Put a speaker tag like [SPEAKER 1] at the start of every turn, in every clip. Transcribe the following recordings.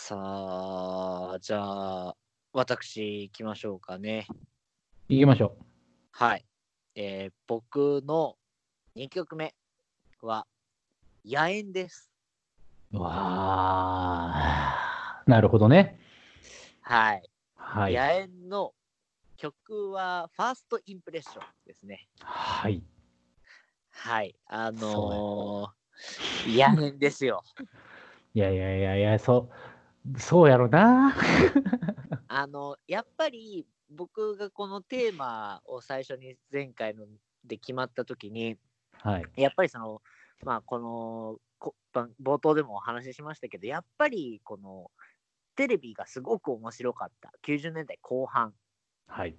[SPEAKER 1] さあ、じゃあ、私行きましょうかね。
[SPEAKER 2] 行きましょ
[SPEAKER 1] はい。えー僕の2曲目は、野猿です。
[SPEAKER 2] う。わあ。なるほどね。
[SPEAKER 1] はい。
[SPEAKER 2] はい。
[SPEAKER 1] 野猿の曲は、ファーストインプレッションですね。
[SPEAKER 2] はい。
[SPEAKER 1] はい。あのー、野猿ですよ。
[SPEAKER 2] いやいやいやいや、そう、そうやろな。
[SPEAKER 1] あの、やっぱり僕がこのテーマを最初に前回ので決まった時に、
[SPEAKER 2] はい。
[SPEAKER 1] やっぱりその、まあ、このこば冒頭でもお話ししましたけど、やっぱりこのテレビがすごく面白かった、90年代後半、
[SPEAKER 2] はい。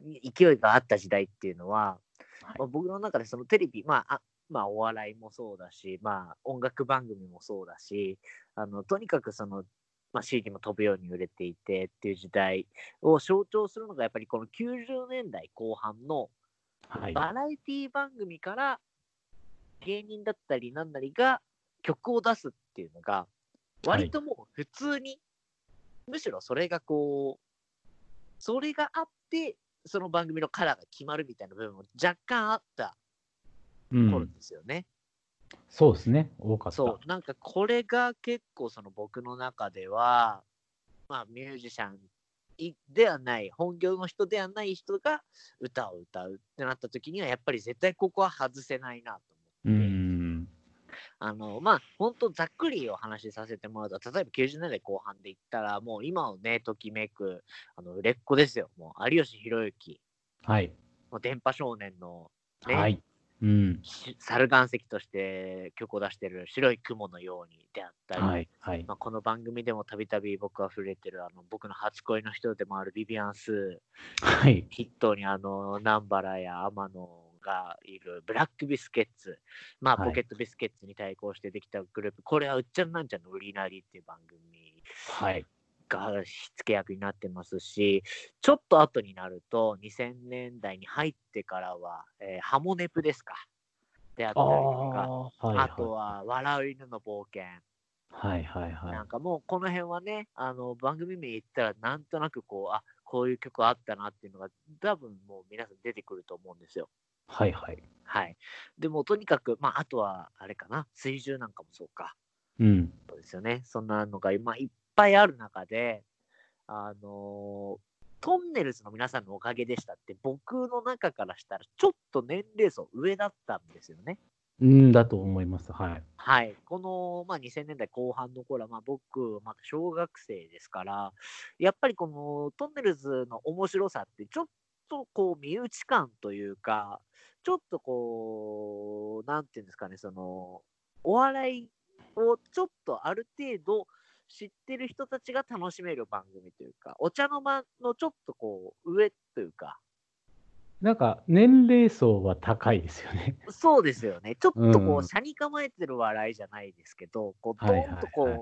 [SPEAKER 1] 勢いがあった時代っていうのは、
[SPEAKER 2] はい
[SPEAKER 1] まあ、僕の中でそのテレビ、まああまあ、お笑いもそうだし、まあ、音楽番組もそうだし、あのとにかくその、まあ、CD も飛ぶように売れていてっていう時代を象徴するのが、やっぱりこの90年代後半の
[SPEAKER 2] はい。
[SPEAKER 1] バラエティ番組から芸人だったりなんなりが曲を出すっていうのが割ともう普通に、むしろそれがこうそれがあってその番組のカラーが決まるみたいな部分も若干あった
[SPEAKER 2] う
[SPEAKER 1] 頃
[SPEAKER 2] ん。
[SPEAKER 1] ですよね。
[SPEAKER 2] そうですね。多かった。
[SPEAKER 1] そうなんかこれが結構その僕の中ではまあミュージシャンいではない本業の人ではない人が歌を歌うってなった時にはやっぱり絶対ここは外せないなと
[SPEAKER 2] う
[SPEAKER 1] 思って、
[SPEAKER 2] ん。
[SPEAKER 1] あのまあ本当ざっくりお話しさせてもらうと例えば90年代後半で言ったらもう今をねときめくあの売れっ子ですよもう有吉弘行
[SPEAKER 2] はい。
[SPEAKER 1] もう電波少年のね
[SPEAKER 2] はい。うん。
[SPEAKER 1] し猿岩石として曲を出してる「白い雲のように」であったり、
[SPEAKER 2] はい。はい。
[SPEAKER 1] まあ、この番組でもたびたび僕は触れてるあの僕の初恋の人でもあるビビアンス
[SPEAKER 2] はい。
[SPEAKER 1] 筆頭にあの南原や天野がいるブラックビスケッツ、まあ、
[SPEAKER 2] はい
[SPEAKER 1] ポケットビスケッツに対抗してできたグループ、これはうっちゃんなんちゃんの売りなりっていう番組
[SPEAKER 2] はい。
[SPEAKER 1] が火付け役になってますしちょっと後になると2000年代に入ってからは、えーハモネプですかであった
[SPEAKER 2] あ
[SPEAKER 1] りとか
[SPEAKER 2] あ。はい。
[SPEAKER 1] あとは「笑う犬の冒険」
[SPEAKER 2] はい。はい。はい
[SPEAKER 1] なん。かもうこの辺はね、あの番組名言ったらなんとなくこう、あこういう曲あったなっていうのが多分もう皆さん出てくると思うんですよ。
[SPEAKER 2] はい。はい。
[SPEAKER 1] はい。でもとにかく、まああとはあれかな、水中なんかもそうか。
[SPEAKER 2] うん。
[SPEAKER 1] そうですよね。そんなのが今いっぱいある中で、あのートンネルズの皆さんのおかげでしたって僕の中からしたらちょっと年齢層上だったんですよね。
[SPEAKER 2] うんだと思います。はい。
[SPEAKER 1] はい、この、まあ、2000年代後半の頃は、まあ、僕、まだ小学生ですから、やっぱりこのトンネルズの面白さって、ちょっとこう、身内感というか、ちょっとこう、なんていうんですかね、その、お笑いをちょっとある程度知ってる人たちが楽しめる番組というか、お茶の間のちょっとこう、上というか、
[SPEAKER 2] なんか、年齢層は高いですよね。
[SPEAKER 1] そうですよね。ちょっとこう、
[SPEAKER 2] うん
[SPEAKER 1] 車に構えてる笑いじゃないですけど、こう、
[SPEAKER 2] は
[SPEAKER 1] ド
[SPEAKER 2] い
[SPEAKER 1] ーンとこう、
[SPEAKER 2] はい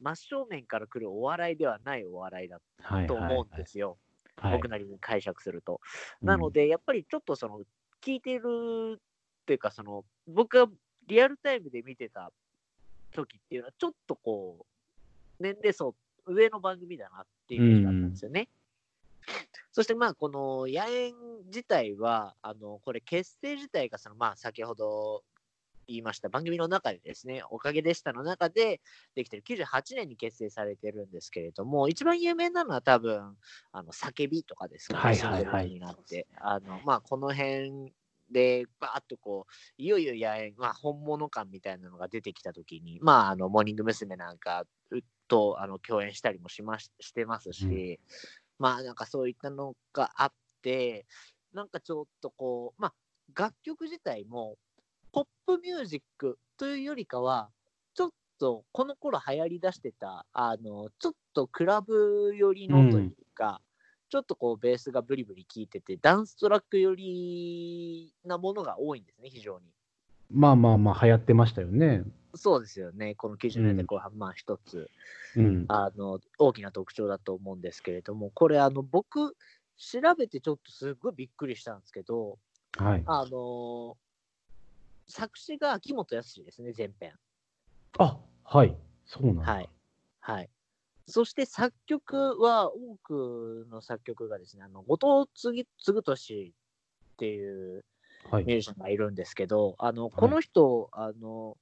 [SPEAKER 1] 真正面から来るお笑いではないお笑いだ
[SPEAKER 2] はい。
[SPEAKER 1] と
[SPEAKER 2] はい
[SPEAKER 1] 思うんですよ。
[SPEAKER 2] はい
[SPEAKER 1] 僕なりに解釈すると。なの、で、やっぱりちょっとその、聞いてるっていうか、その、僕がリアルタイムで見てた時っていうのは、ちょっとこう、年齢層上の番組だなっていうイメージだったんですよね。そしてまあこの野猿自体はあのこれ結成自体がそのまあ先ほど言いました番組の中でですね「おかげでした」の中でできてる98年に結成されてるんですけれども一番有名なのは多分「あの叫び」とかですかね
[SPEAKER 2] はいはいはい
[SPEAKER 1] シングルになってあのまあこの辺でバーッとこういよいよ野猿、まあ、本物感みたいなのが出てきた時にまああのモーニング娘。なんかとあの共演したりもしまししてますし、
[SPEAKER 2] うん
[SPEAKER 1] まあなんかそういったのがあってなんかちょっとこうまあ楽曲自体もポップミュージックというよりかはちょっとこの頃流行りだしてたあのちょっとクラブ寄りのというか、ちょっとこうベースがブリブリ効いててダンストラック寄りなものが多いんですね非常に。
[SPEAKER 2] うんまあまあまあ、流行ってましたよね。
[SPEAKER 1] そうですよねこの90年代後半、まあ一つ
[SPEAKER 2] うん。
[SPEAKER 1] あの大きな特徴だと思うんですけれども、これあの僕調べてちょっとすごいびっくりしたんですけど、
[SPEAKER 2] はい。
[SPEAKER 1] あの作詞が秋元康ですね、前編。
[SPEAKER 2] あ、はい。そうなんだ。
[SPEAKER 1] はい。はい。そして作曲は、多くの作曲がですね、あの後藤継継俊っていう
[SPEAKER 2] はい
[SPEAKER 1] ミュージシャンがいるんですけど、あのこの人、あの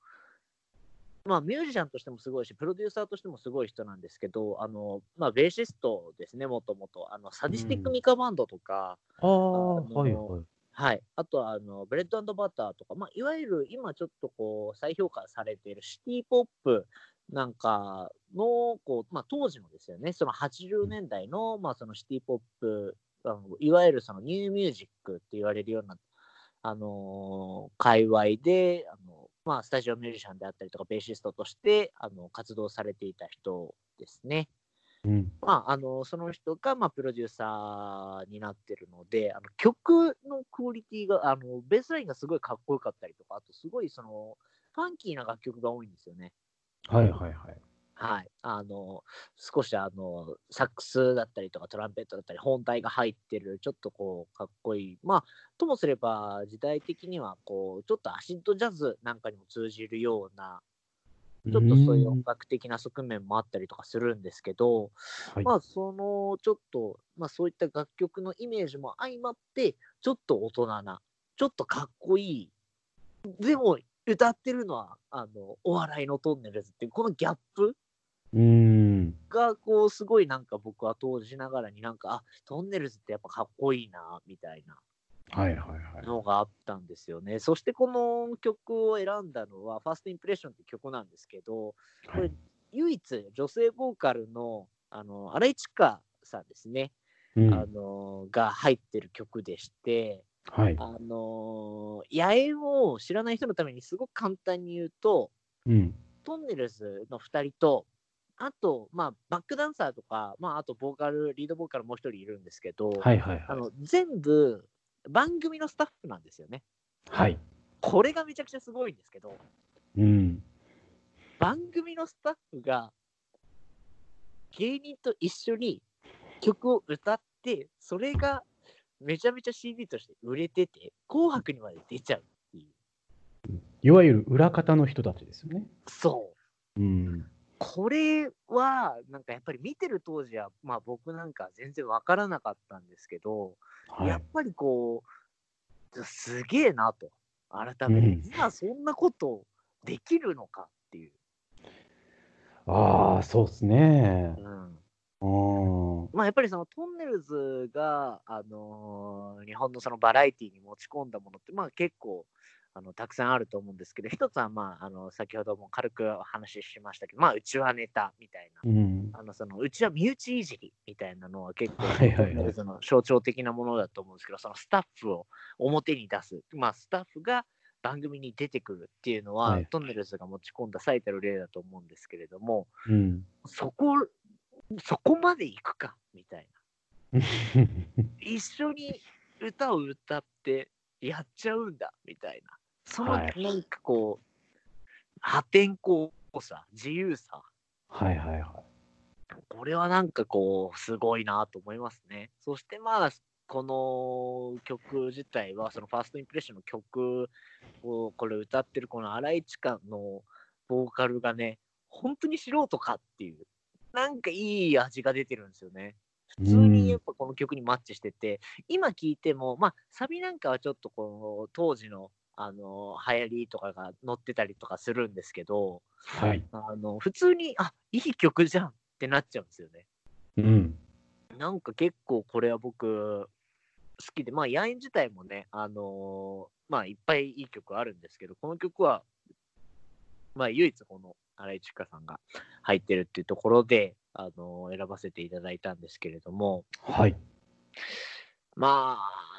[SPEAKER 1] まあ、ミュージシャンとしてもすごいし、プロデューサーとしてもすごい人なんですけど、あのまあ、ベーシストですね、もともと。あのサディスティック・ミカバンドとか、
[SPEAKER 2] あ
[SPEAKER 1] あ
[SPEAKER 2] あ、
[SPEAKER 1] の
[SPEAKER 2] はいはい。
[SPEAKER 1] はい、あとはあのブレッドバターとか、まあ、いわゆる今ちょっとこう再評価されているシティ・ポップなんかのこう、まあ、当時のですよね、その80年代の,、まあそのシティ・ポップ、あのいわゆるそのニューミュージックって言われるような、あのー界隈であの、まあ、スタジオミュージシャンであったりとか、ベーシストとしてあの活動されていた人ですね。
[SPEAKER 2] うん。
[SPEAKER 1] まあ、あのその人が、まあ、プロデューサーになってるのであの曲のクオリティがあのベースラインがすごいかっこよかったりとかあとすごいそのファンキーな楽曲が多いんですよね。
[SPEAKER 2] はいはいはい。
[SPEAKER 1] はい、あの少しあのサックスだったりとかトランペットだったり本体が入ってるちょっとこうかっこいいまあともすれば時代的にはこうちょっとアシッドジャズなんかにも通じるようなちょっとそういう音楽的な側面もあったりとかするんですけど、
[SPEAKER 2] はい
[SPEAKER 1] まあそのちょっと、まあ、そういった楽曲のイメージも相まってちょっと大人なちょっとかっこいいでも歌ってるのはあのお笑いのトンネルズっていうこのギャップ
[SPEAKER 2] うーん。
[SPEAKER 1] がこうすごいなんか僕は当時ながらになんかあトンネルズってやっぱかっこいいなみたいな
[SPEAKER 2] はいはいはい。
[SPEAKER 1] のがあったんですよねそしてこの曲を選んだのは「ファーストインプレッション」って曲なんですけどこ
[SPEAKER 2] は
[SPEAKER 1] れ
[SPEAKER 2] い
[SPEAKER 1] 唯一女性ボーカルのあの荒井千佳さんですね
[SPEAKER 2] うん
[SPEAKER 1] あのーが入ってる曲でして、
[SPEAKER 2] はい。
[SPEAKER 1] あのー野猿を知らない人のためにすごく簡単に言うと、
[SPEAKER 2] うん。
[SPEAKER 1] トンネルズの2人と、あと、まあ、バックダンサーとか、まあ、あと、ボーカル、リードボーカルもう1人いるんですけど、
[SPEAKER 2] はいはい
[SPEAKER 1] あ
[SPEAKER 2] はい。
[SPEAKER 1] の全部、番組のスタッフなんですよね。
[SPEAKER 2] はい。
[SPEAKER 1] これがめちゃくちゃすごいんですけど、
[SPEAKER 2] うん。
[SPEAKER 1] 番組のスタッフが芸人と一緒に曲を歌ってそれがめちゃめちゃ CD として売れてて「紅白」にまで出ちゃうってい
[SPEAKER 2] いわゆる裏方の人たちですよね。
[SPEAKER 1] うそう
[SPEAKER 2] うん。
[SPEAKER 1] これはなんかやっぱり見てる当時はまあ僕なんか全然わからなかったんですけど、
[SPEAKER 2] はい
[SPEAKER 1] やっ。ぱりこうすげえなと改めて、
[SPEAKER 2] うん
[SPEAKER 1] 今そんなことできるのかっていう、
[SPEAKER 2] ああ、そうですね。
[SPEAKER 1] うん、
[SPEAKER 2] うん。
[SPEAKER 1] まあ、やっぱりそのトンネルズが、あのー日本のそのバラエティに持ち込んだものって、まあ、結構あのたくさんあると思うんですけど一つは、まあ、あの先ほども軽くお話ししましたけど、まあ、うちはネタみたいな
[SPEAKER 2] うん。
[SPEAKER 1] あのそのうちは身内いじりみたいなのは結構、
[SPEAKER 2] はいはいは
[SPEAKER 1] ト
[SPEAKER 2] い
[SPEAKER 1] ンネルズの象徴的なものだと思うんですけどそのスタッフを表に出す、まあ、スタッフが番組に出てくるっていうのは、
[SPEAKER 2] はい
[SPEAKER 1] トンネルズが持ち込んだ最たる例だと思うんですけれども
[SPEAKER 2] うん。
[SPEAKER 1] そこそこまで行くかみたいな。一緒に歌を歌ってやっちゃうんだみたいなその
[SPEAKER 2] はい
[SPEAKER 1] なんかこう、破天荒さ自由さ
[SPEAKER 2] はいはいは
[SPEAKER 1] これはなんかこうすごいなと思いますねそしてまあこの曲自体はそのファーストインプレッションの曲をこれ歌ってるこの新井千佳のボーカルがね本当に素人かっていうなんかいい味が出てるんですよね普通にやっぱこの曲にマッチしてて、今聴いても、まあ、サビなんかはちょっとこの当時の、あの流行りとかが載ってたりとかするんですけど、
[SPEAKER 2] い。はい。
[SPEAKER 1] あの普通に、あいい曲じゃんってなっちゃうんですよね。
[SPEAKER 2] うん。
[SPEAKER 1] なんか結構これは僕好きで、まあ、野猿自体もね、あのーまあ、いっぱいいい曲あるんですけど、この曲は、まあ、唯一この新井千佳さんが入ってるっていうところで、あのー選ばせていただいたんですけれども、
[SPEAKER 2] はい。
[SPEAKER 1] ま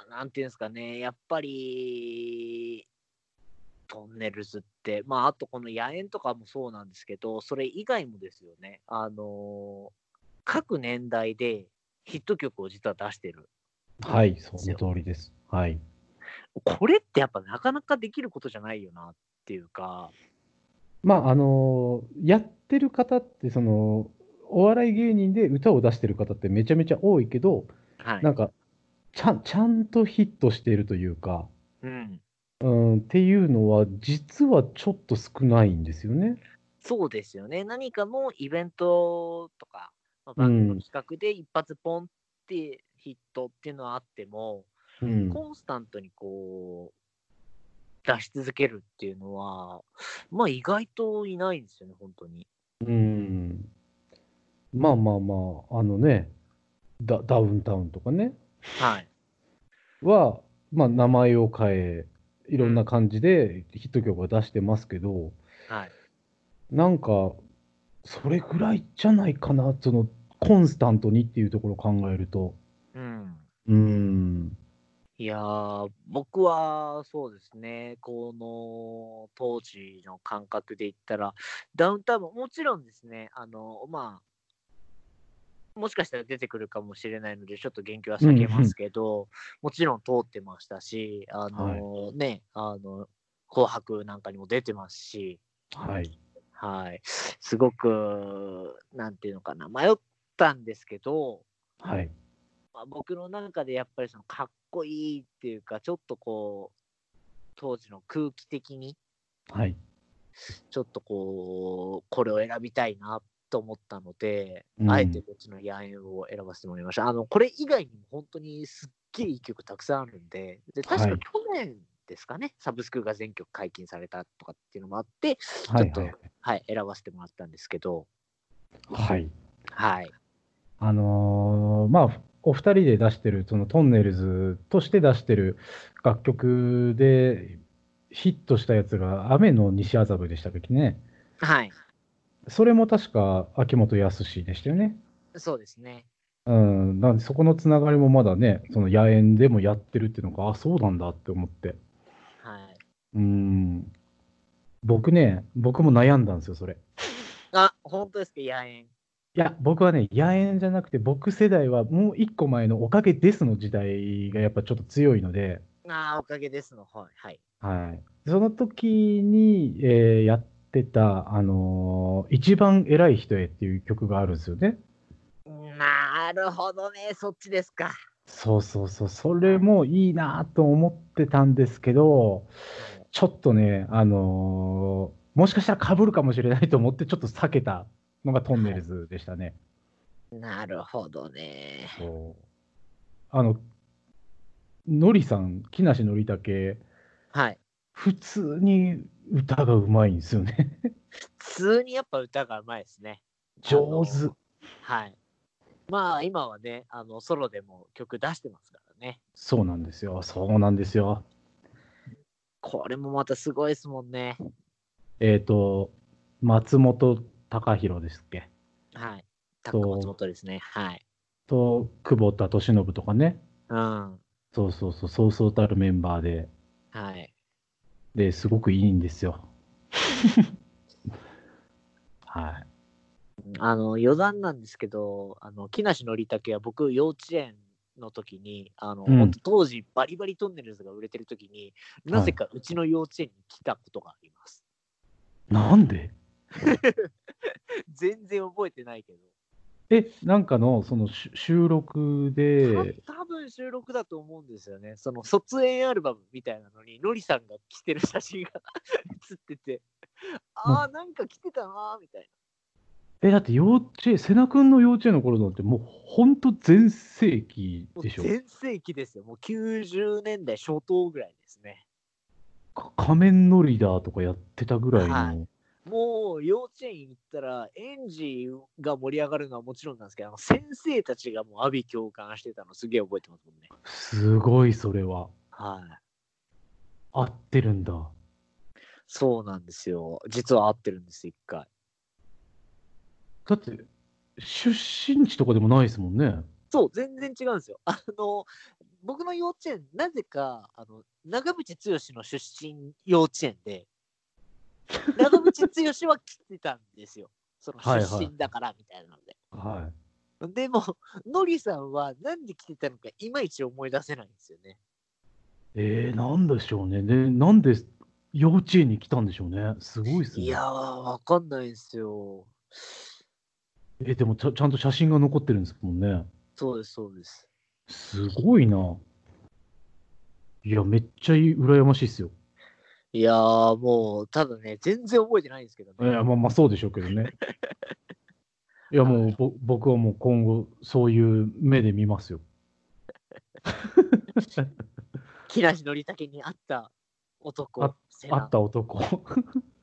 [SPEAKER 1] あ、なんていうんですかね、やっぱり、トンネルズって、まあ、あとこの野猿とかもそうなんですけど、それ以外もですよね、あのー各年代でヒット曲を実は出してる。
[SPEAKER 2] はい。その通りです。はい。
[SPEAKER 1] これってやっぱなかなかできることじゃないよなっていうか、
[SPEAKER 2] まあ、あのやってる方って、その、お笑い芸人で歌を出してる方ってめちゃめちゃ多いけど、
[SPEAKER 1] はい
[SPEAKER 2] な。んか、ちゃん、ちゃんとヒットしているというか、
[SPEAKER 1] うん。
[SPEAKER 2] うん、っていうのは、実はちょっと少ないんですよね。
[SPEAKER 1] そうですよね。何かのイベントとか、まあ、番組の企画で一発ポンってヒットっていうのはあっても、
[SPEAKER 2] うん
[SPEAKER 1] コンスタントにこう、出し続けるっていうのは、まあ意外といないんですよね、本当に。
[SPEAKER 2] うんまあまあまあ、あのね、ダダウンタウンとかね、
[SPEAKER 1] はい。
[SPEAKER 2] は、まあ、名前を変え、いろんな感じでヒット曲は出してますけど、
[SPEAKER 1] はい。
[SPEAKER 2] なんか、それぐらいじゃないかな、その、コンスタントにっていうところを考えると。
[SPEAKER 1] うん。
[SPEAKER 2] うん。
[SPEAKER 1] いやー、僕はそうですね、この当時の感覚で言ったら、ダウンタウンももちろんですね、あの、まあ、もしかしたら出てくるかもしれないので、ちょっと言及は避けますけど、もちろん通ってましたし、あの、ね、あの、紅白なんかにも出てますし、
[SPEAKER 2] はい。
[SPEAKER 1] はい、すごく、なんていうのかな、迷ったんですけど、
[SPEAKER 2] はい。
[SPEAKER 1] まあ、僕の中でやっぱりそのかっこいいっていうかちょっとこう当時の空気的に
[SPEAKER 2] はい。
[SPEAKER 1] ちょっとこうこれを選びたいなと思ったので、
[SPEAKER 2] うん
[SPEAKER 1] あえてこっちの野猿を選ばせてもらいましたあのこれ以外にも本当にすっげえいい曲たくさんあるんでで確
[SPEAKER 2] は
[SPEAKER 1] か
[SPEAKER 2] い
[SPEAKER 1] 去年ですかね、サブスクが全曲解禁されたとかっていうのもあってちょ
[SPEAKER 2] は
[SPEAKER 1] っ
[SPEAKER 2] い。
[SPEAKER 1] と、
[SPEAKER 2] は
[SPEAKER 1] はい
[SPEAKER 2] い。
[SPEAKER 1] 選ばせてもらったんですけど
[SPEAKER 2] はい。
[SPEAKER 1] はい
[SPEAKER 2] あのーまあ、お二人で出してる、そのトンネルズとして出してる楽曲で、ヒットしたやつが、雨の西麻布でしたっけね。
[SPEAKER 1] はい
[SPEAKER 2] それも確か秋元康でしたよね。
[SPEAKER 1] そうですね
[SPEAKER 2] うん、なんでそこのつながりもまだね、その野縁でもやってるっていうのが、あ、そうなんだって思って。
[SPEAKER 1] はい
[SPEAKER 2] うん。僕ね、僕も悩んだんですよ、それ。
[SPEAKER 1] あ本当ですか野猿
[SPEAKER 2] いや、僕はね、野縁じゃなくて、僕世代はもう一個前のおかげですの時代がやっぱちょっと強いので、
[SPEAKER 1] ああおかげですのはいはい
[SPEAKER 2] はい。その時に、えーやってた、あのー一番偉い人へっていう曲があるんですよね。
[SPEAKER 1] なるほどね、そっちですか。
[SPEAKER 2] そうそうそう、それもいいなと思ってたんですけど、ちょっとね、あのーもしかしたらかぶるかもしれないと思って、ちょっと避けたのがトンネルズでしたね。
[SPEAKER 1] なるほどね。
[SPEAKER 2] そうあの、のりさん、木梨憲武、
[SPEAKER 1] はい。
[SPEAKER 2] 普通に歌がうまいんですよね。
[SPEAKER 1] 普通にやっぱ歌がうまいですね。
[SPEAKER 2] 上手。
[SPEAKER 1] はい。まあ今はね、あのソロでも曲出してますからね。
[SPEAKER 2] そうなんですよ、そうなんですよ。
[SPEAKER 1] これもまたすごいですもんね。
[SPEAKER 2] えっ、と、松本隆弘ですっけ。
[SPEAKER 1] はい。タ
[SPEAKER 2] そう
[SPEAKER 1] ック松本ですね。はい。
[SPEAKER 2] と、久保田利伸とかね。
[SPEAKER 1] うん。は
[SPEAKER 2] そうそうそう、そうそうたるメンバーで、
[SPEAKER 1] い。
[SPEAKER 2] で、すごくいいんですよ。はい。
[SPEAKER 1] あの余談なんですけど、あの木梨憲武は僕、幼稚園の時に、あの、
[SPEAKER 2] うん
[SPEAKER 1] ほんと当時、バリバリトンネルズが売れてる時に、なぜかうちの幼稚園に来たことがあります。
[SPEAKER 2] なんで
[SPEAKER 1] 全然覚えてないけど、
[SPEAKER 2] え、なんかの、そのし収録で、
[SPEAKER 1] た多分収録だと思うんですよね。その卒園アルバムみたいなのに、のりさんが着てる写真が 写ってて、ああ、なんか着てたなーみたい
[SPEAKER 2] え、だって幼稚園、瀬名くんの幼稚園の頃なんて、もうほんと全盛期
[SPEAKER 1] な。もう
[SPEAKER 2] でしょ。
[SPEAKER 1] 全盛期ですよ。もう90年代初頭ぐらいですね。
[SPEAKER 2] か仮面ノリダーとかやってたぐらいの。
[SPEAKER 1] はもう幼稚園行ったら、園児が盛り上がるのはもちろんなんですけど、あの先生たちがもう阿炎共感してたのすげえ覚えてますもんね。
[SPEAKER 2] すごい、それは。
[SPEAKER 1] はい。
[SPEAKER 2] 合ってるんだ。
[SPEAKER 1] そうなんですよ。実は合ってるんです、一回。
[SPEAKER 2] だって、出身地とかでもないですもんね。
[SPEAKER 1] そう、全然違うんですよ。あの、僕の幼稚園、なぜか、あの、長渕剛の出身幼稚園で、長渕剛は来てたんですよ。 その
[SPEAKER 2] はいはい
[SPEAKER 1] 出身だからみたいなので。
[SPEAKER 2] はい。
[SPEAKER 1] でも、のりさんはなんで来てたのか、いまいち思い出せないんですよね。
[SPEAKER 2] えー、なんでしょうね。で、なんで幼稚園に来たんでしょうね。すごいですね。
[SPEAKER 1] いやー、わかんないんですよ。
[SPEAKER 2] え、でもちゃちゃんと写真が残ってるんですもんね。
[SPEAKER 1] そうです、そうです。
[SPEAKER 2] すごいな。いや、めっちゃいい羨ましいっすよ。
[SPEAKER 1] いやー、もう、ただね、全然覚えてないんですけど
[SPEAKER 2] い
[SPEAKER 1] ね。
[SPEAKER 2] や、まあまあそうでしょうけどね。いやもうぼ僕はもう今後そういう目で見ますよ。
[SPEAKER 1] 木梨憲武に会った男、
[SPEAKER 2] あ
[SPEAKER 1] セ
[SPEAKER 2] あ
[SPEAKER 1] ナ
[SPEAKER 2] った男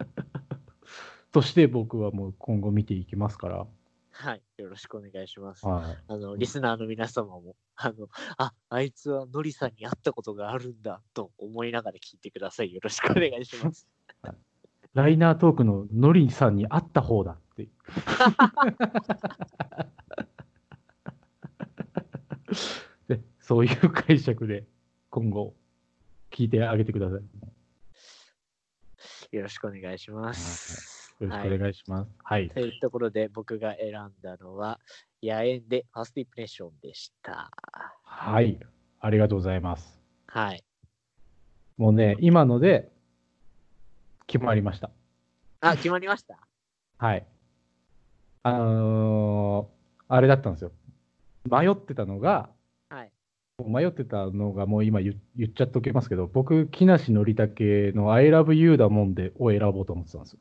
[SPEAKER 2] として僕はもう今後見ていきますから。
[SPEAKER 1] はい、よろしくお願いします。
[SPEAKER 2] はい
[SPEAKER 1] あの、リスナーの皆様も、あの、あ、あいつはノリさんに会ったことがあるんだと思いながら聞いてください。よろしくお願いし ます。
[SPEAKER 2] ライナートークのノリさんに会った方だ って。でそういう解釈で今後聞いてあげてください。よ
[SPEAKER 1] よろしくお願いします。
[SPEAKER 2] ろしくお願いします。はい。
[SPEAKER 1] というところで僕が選んだのは野縁でファーストインプレッションでした。
[SPEAKER 2] はい。ありがとうございます。
[SPEAKER 1] はい。
[SPEAKER 2] もうね、今ので決まりました。
[SPEAKER 1] あ、決まりました。
[SPEAKER 2] はい。あのーあれだったんですよ。迷ってたのが、
[SPEAKER 1] はい。
[SPEAKER 2] 迷ってたのがもう今言言っちゃっておきますけど、僕、木梨憲武の I love you だもんでを選ぼうと思ってたんですよ。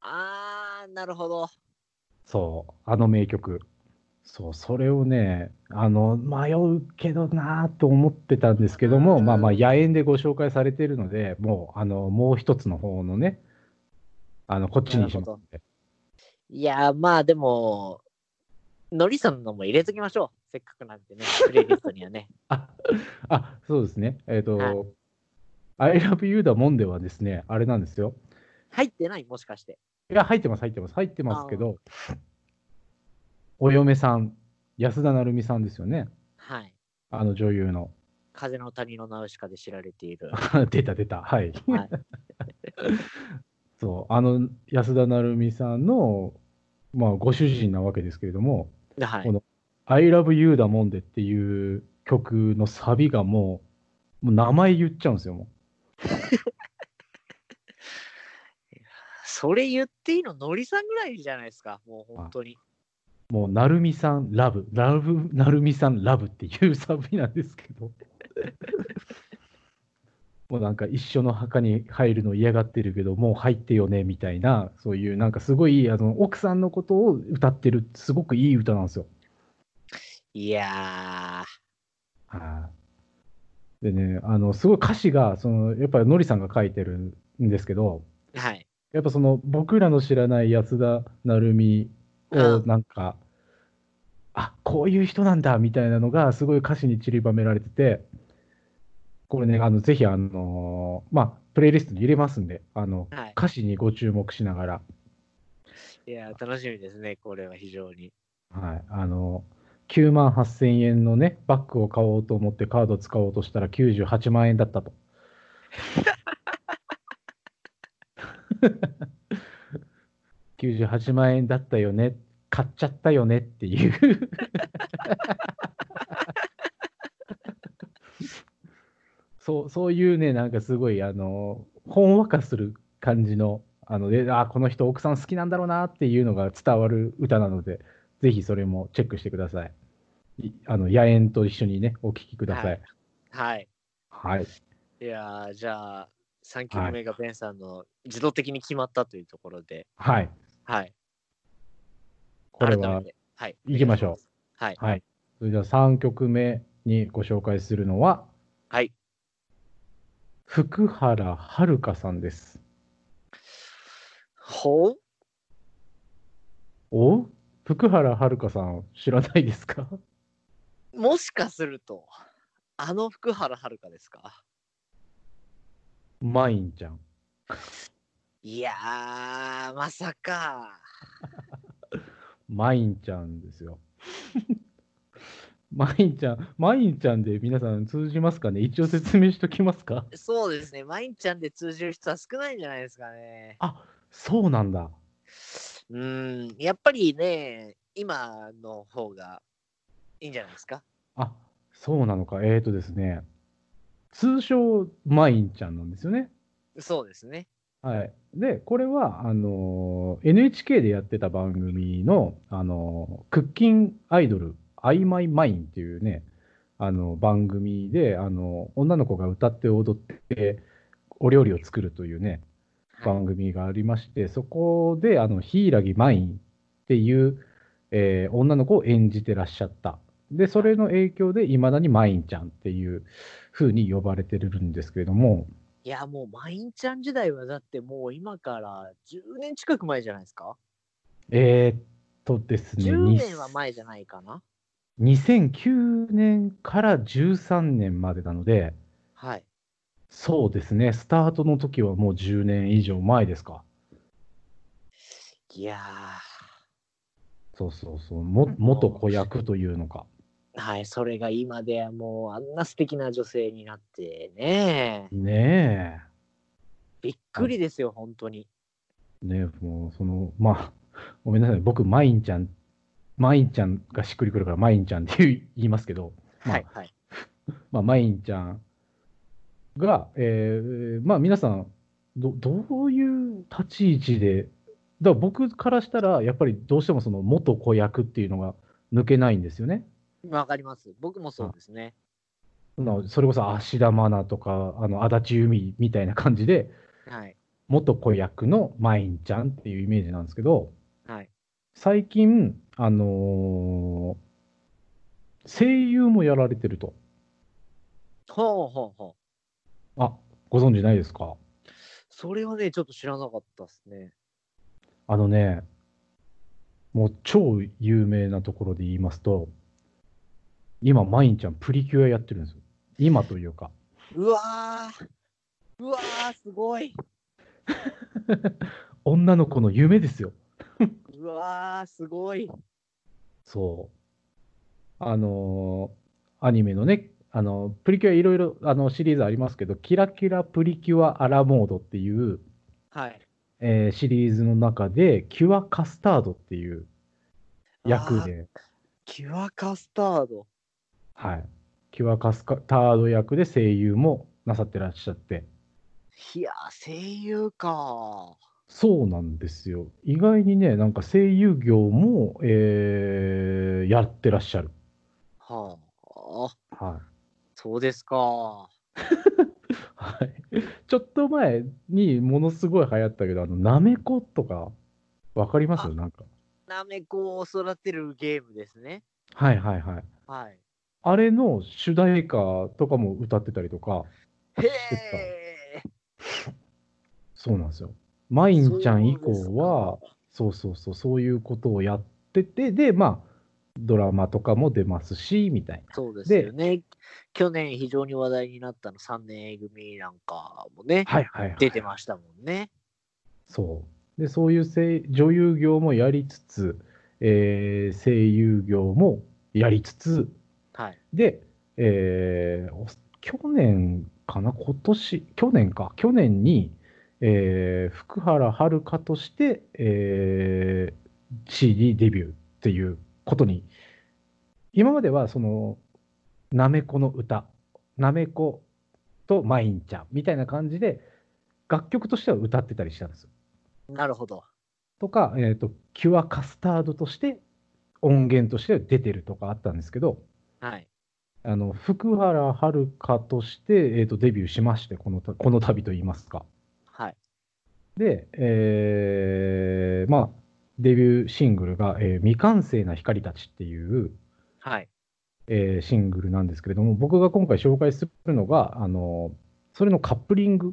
[SPEAKER 1] あー、なるほど。
[SPEAKER 2] そう、あの名曲。そう、それをね、あの、迷うけどなぁと思ってたんですけども、
[SPEAKER 1] うん
[SPEAKER 2] まあまあ、野縁でご紹介されてるので、もう、あの、もう一つの方のね、あの、こっちにしますんで。
[SPEAKER 1] いやー、まあでも、のりさんのも入れときましょう。せっかくなんでね、プレイリストにはね。
[SPEAKER 2] あ、あ、そうですね。えっ、
[SPEAKER 1] は
[SPEAKER 2] と、I love you だもんではですね、あれなんですよ。
[SPEAKER 1] 入ってないもしかして。
[SPEAKER 2] いや、入ってます、入ってます、入ってますけど、お嫁さん、安田成美さんですよね、
[SPEAKER 1] はい。
[SPEAKER 2] あの女優の。
[SPEAKER 1] 風の谷のナウシカで知られている。
[SPEAKER 2] 出た、出た、 はい。
[SPEAKER 1] はい、
[SPEAKER 2] そう、あの安田成美さんの、まあ、ご主人なわけですけれども、
[SPEAKER 1] はい
[SPEAKER 2] この I love you だもんでっていう曲のサビがもう、もう名前言っちゃうんですよ、も
[SPEAKER 1] それ言っていいののりさんぐらいじゃないですか。もう本当に。
[SPEAKER 2] う。もう、成美さん、ラブ、ラブ、成美さん、ラブっていう サビなんですけど。 もうなんか一緒の墓に入るの嫌がってるけど、もう入ってよねみたいな、そういうなんかすごいあの奥さんのことを歌ってる、すごくいい歌なんですよ。
[SPEAKER 1] いや
[SPEAKER 2] はいでね、あのすごい歌詞がその、やっぱりノリさんが書いてるんですけど、
[SPEAKER 1] ー、はい。
[SPEAKER 2] やっぱその僕らの知らない安田成美を
[SPEAKER 1] うん
[SPEAKER 2] なんか、あこういう人なんだみたいなのがすごい歌詞に散りばめられてて、これね、あのぜひ、あのーまあ、プレイリストに入れますんで、あの
[SPEAKER 1] はい。
[SPEAKER 2] 歌詞にご注目しながら、
[SPEAKER 1] いやー、楽しみですね。これは非常に。
[SPEAKER 2] はい、あの9万8000円のね、バッグを買おうと思ってカード使おうとしたら98万円だったと。98万円だったよね、買っちゃったよねっていう。 そうそういうね、なんかすごい、あの、ほんわかする感じの、あの、で、あ、この人奥さん好きなんだろうなっていうのが伝わる歌なので、ぜひそれもチェックしてください。いあの、野縁と一緒にね、お聴きください。
[SPEAKER 1] はい。
[SPEAKER 2] はい。
[SPEAKER 1] いやー、じゃあ、3曲目がベンさんの自動的に決まったというところで、
[SPEAKER 2] はい。
[SPEAKER 1] はい。
[SPEAKER 2] これ
[SPEAKER 1] 改
[SPEAKER 2] は
[SPEAKER 1] め、て、はい。
[SPEAKER 2] 行きましょう
[SPEAKER 1] はい。
[SPEAKER 2] はい。それでは3曲目にご紹介するのは、
[SPEAKER 1] はい。
[SPEAKER 2] 福原遥さんです。
[SPEAKER 1] ほう
[SPEAKER 2] お福原遥さん知らないですか
[SPEAKER 1] もしかすると、あの福原遥ですか
[SPEAKER 2] マインちゃん。
[SPEAKER 1] いやー、まさか。
[SPEAKER 2] マインちゃんですよ。 マインちゃん、マインちゃんで皆さん通じますかね一応説明しときますか
[SPEAKER 1] そうですね、まいんちゃんで通じる人は少ないんじゃないですかね。
[SPEAKER 2] あそうなんだ。
[SPEAKER 1] うーん、やっぱりね、今の方がいいんじゃないですか。
[SPEAKER 2] あそうなのか。えーとですね、通称マインちゃんなんですよね。
[SPEAKER 1] そうですね。
[SPEAKER 2] はい、でこれはあのー NHK でやってた番組の、あのークッキンアイドル「アイマイマイン」っていうねあの番組で、あの女の子が歌って踊ってお料理を作るというね
[SPEAKER 1] はい
[SPEAKER 2] 番組がありましてそこであの柊マインっていうえー女の子を演じてらっしゃった。で、それの影響で、いまだにマインちゃんっていう風に呼ばれてるんですけれども、
[SPEAKER 1] いや、もう、マインちゃん時代は、だってもう今から10年近く前じゃないですか。
[SPEAKER 2] えーっとですね、
[SPEAKER 1] 10年は前じゃないかな。
[SPEAKER 2] 2009年から13年までなので、
[SPEAKER 1] はい。
[SPEAKER 2] そうですね、スタートの時はもう10年以上前ですか。
[SPEAKER 1] いや
[SPEAKER 2] そうそうそう、も元子役というのか。
[SPEAKER 1] ー、はい、それが今ではもう、あんな素敵な女性になってね、
[SPEAKER 2] ね
[SPEAKER 1] びっくりですよ、本当に。
[SPEAKER 2] え、ねえ、もうその、まあ、ごめんなさい、僕、マインちゃん、マインちゃんがしっくりくるから、マインちゃんって言う言いますけど、まあ
[SPEAKER 1] はい、はい。
[SPEAKER 2] まあ、マインちゃんが、えーまあ、皆さんど、どういう立ち位置で、だから僕からしたら、やっぱりどうしてもその元子役っていうのが抜けないんですよね。
[SPEAKER 1] わかります。僕もそうですね。
[SPEAKER 2] そのそれこそ芦田愛菜とか、あの足立由美みたいな感じで、
[SPEAKER 1] はい。
[SPEAKER 2] 元子役のマインちゃんっていうイメージなんですけど、
[SPEAKER 1] はい。
[SPEAKER 2] 最近、あのー声優もやられてると。
[SPEAKER 1] ほうほうほう。
[SPEAKER 2] あご存知ないですか
[SPEAKER 1] それはね、ちょっと知らなかったですね。
[SPEAKER 2] あのね、もう超有名なところで言いますと、今、マインちゃん、プリキュアやってるんですよ。今というか。
[SPEAKER 1] うわー、うわー、すごい。
[SPEAKER 2] 女の子の夢ですよ。
[SPEAKER 1] うわー、すごい。
[SPEAKER 2] そう。あのーアニメのね、あのプリキュアいろいろあのシリーズありますけど、キラキラプリキュアアラモードっていう、
[SPEAKER 1] はい。
[SPEAKER 2] えーシリーズの中で、キュアカスタードっていう役
[SPEAKER 1] あー。
[SPEAKER 2] で、
[SPEAKER 1] キュアカスタード。
[SPEAKER 2] はい、キュアカスタード役で声優もなさってらっしゃって、
[SPEAKER 1] いやー、声優か。
[SPEAKER 2] そうなんですよ。意外にね、なんか声優業も、えーやってらっしゃる。
[SPEAKER 1] はあ、
[SPEAKER 2] は
[SPEAKER 1] そうですか。
[SPEAKER 2] い。はい、ちょっと前にものすごい流行ったけど、あの、なめことか、わかります
[SPEAKER 1] あ
[SPEAKER 2] なんか。
[SPEAKER 1] なめこを育てるゲームですね。
[SPEAKER 2] はいはいはい。
[SPEAKER 1] はい。
[SPEAKER 2] あれの主題歌とかも歌ってたりとか、
[SPEAKER 1] へえ。
[SPEAKER 2] そうなんですよ。まいんちゃん以
[SPEAKER 1] そうです
[SPEAKER 2] 降
[SPEAKER 1] か、
[SPEAKER 2] はそうそうそう、そういうことをやってて、で、まあ、ドラマとかも出ますし、みたいな。
[SPEAKER 1] そうですよね。去年非常に話題になったの3年 A 組なんかもね、
[SPEAKER 2] はいはいはい。
[SPEAKER 1] 出てましたもんね。
[SPEAKER 2] そう。で、そういう声女優業もやりつつ、えー声優業もやりつつ、
[SPEAKER 1] はい。
[SPEAKER 2] で、えーお去年かな、今年、去年か、去年に、えー福原遥として、えー CD デビューっていうことに、今まではその、なめこの歌、なめことまいんちゃんみたいな感じで、楽曲としては歌ってたりしたんですよ
[SPEAKER 1] なるほど。
[SPEAKER 2] とか、えー、とキュアカスタードとして音源として出てるとかあったんですけど
[SPEAKER 1] はい。
[SPEAKER 2] あの福原遥として、えー、とデビューしましてこのたこの度といいますか
[SPEAKER 1] はい。
[SPEAKER 2] で、えーまあデビューシングルが、えー未完成な光たち」っていう、
[SPEAKER 1] はい。
[SPEAKER 2] えーシングルなんですけれども僕が今回紹介するのがあのそれのカップリング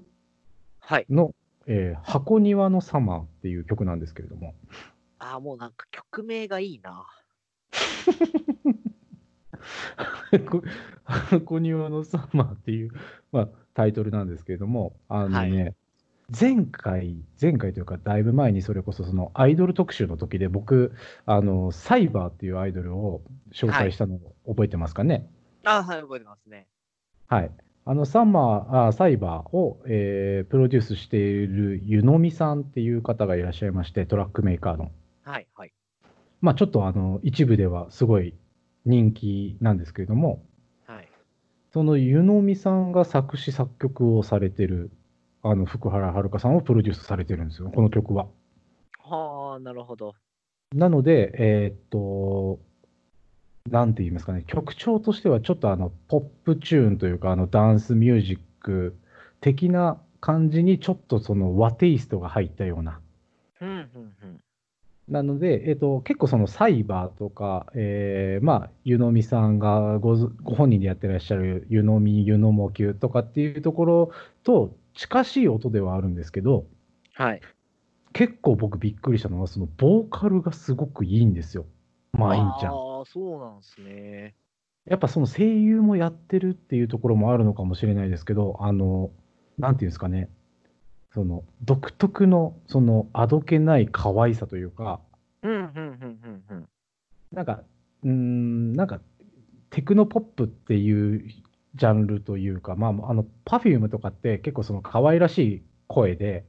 [SPEAKER 1] はい。
[SPEAKER 2] の「えー箱庭のサマー」っていう曲なんですけれども
[SPEAKER 1] ああ、もうなんか曲名がいいな。
[SPEAKER 2] こ「箱庭のサマー」っていう、まあ、タイトルなんですけれどもあのね、前回前回というかだいぶ前にそれこそそのアイドル特集の時で僕あのサイバーっていうアイドルを紹介したのを覚えてますかね、
[SPEAKER 1] ああ、はい、覚えてますね。
[SPEAKER 2] はい、あのサマーあサイバーを、えープロデュースしている湯飲みさんっていう方がいらっしゃいましてトラックメーカーの。
[SPEAKER 1] はい、はい。
[SPEAKER 2] まあ、ちょっとあの一部ではすごい人気なんですけれども、
[SPEAKER 1] はい。
[SPEAKER 2] その湯飲みさんが作詞作曲をされてる、あの福原遥さんをプロデュースされてるんですよ、この曲は。
[SPEAKER 1] はあ、なるほど。
[SPEAKER 2] なので、えーっと、なんて言いますかね、曲調としてはちょっとあのポップチューンというか、あのダンスミュージック的な感じに、ちょっとその和テイストが入ったような
[SPEAKER 1] うん、うん、うん。
[SPEAKER 2] なので、えっと、結構そのサイバーとか、えーまあ、湯飲みさんがごぞご本人でやってらっしゃる湯飲み、湯飲もきゅうとかっていうところと近しい音ではあるんですけど、
[SPEAKER 1] はい。
[SPEAKER 2] 結構僕びっくりしたのは、そのボーカルがすごくいいんですよ、マインちゃん。
[SPEAKER 1] ああ、そうなんですね。
[SPEAKER 2] やっぱその声優もやってるっていうところもあるのかもしれないですけど、あの、なんていうんですかね、その独特の、そのあどけない可愛さというか、
[SPEAKER 1] うん、うん、うん、うん、うん。
[SPEAKER 2] なんか、うーん、なんか、テクノポップっていうジャンルというか、まあ、あの、パフュームとかって結構その可愛らしい声で、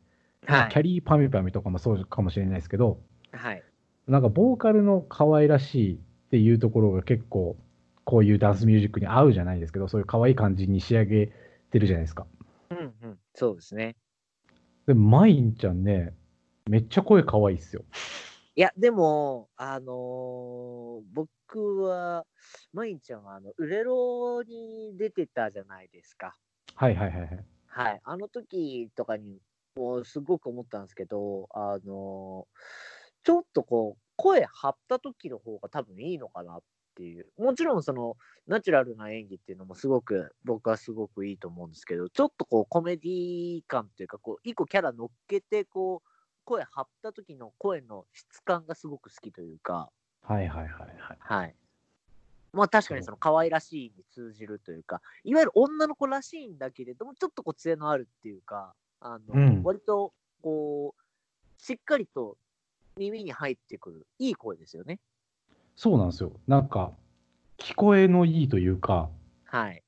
[SPEAKER 1] は
[SPEAKER 2] キャリーパミュパミュとかもそうかもしれないですけど、
[SPEAKER 1] い。はい。
[SPEAKER 2] なんかボーカルの可愛らしいっていうところが結構こういうダンスミュージックに合うじゃないですけどそういう可愛い感じに仕上げてるじゃないですか。
[SPEAKER 1] うん、うん。そうですね。
[SPEAKER 2] でマインちゃんねめっちゃ声可愛いっすよ。
[SPEAKER 1] いや、でも、あのー僕は、まいんちゃんは、あの、ウレロに出てたじゃないですか。
[SPEAKER 2] はいはいはいはい。
[SPEAKER 1] はい。あの時とかに、もうすごく思ったんですけど、あのーちょっとこう、声張った時の方が多分いいのかなっていう。もちろん、その、ナチュラルな演技っていうのもすごく、僕はすごくいいと思うんですけど、ちょっとこう、コメディ感というか、こう、一個キャラ乗っけて、こう、声張った時の声の質感がすごく好きというか、
[SPEAKER 2] はいはいはいはい。
[SPEAKER 1] はい。まあ確かにその可愛らしいに通じるというか、いわゆる女の子らしいんだけれども、ちょっとこう杖のあるっていうか、あの、
[SPEAKER 2] うん
[SPEAKER 1] 割とこう、しっかりと耳に入ってくる、いい声ですよね。
[SPEAKER 2] そうなんですよ。なんか聞こえのいいというか
[SPEAKER 1] はい。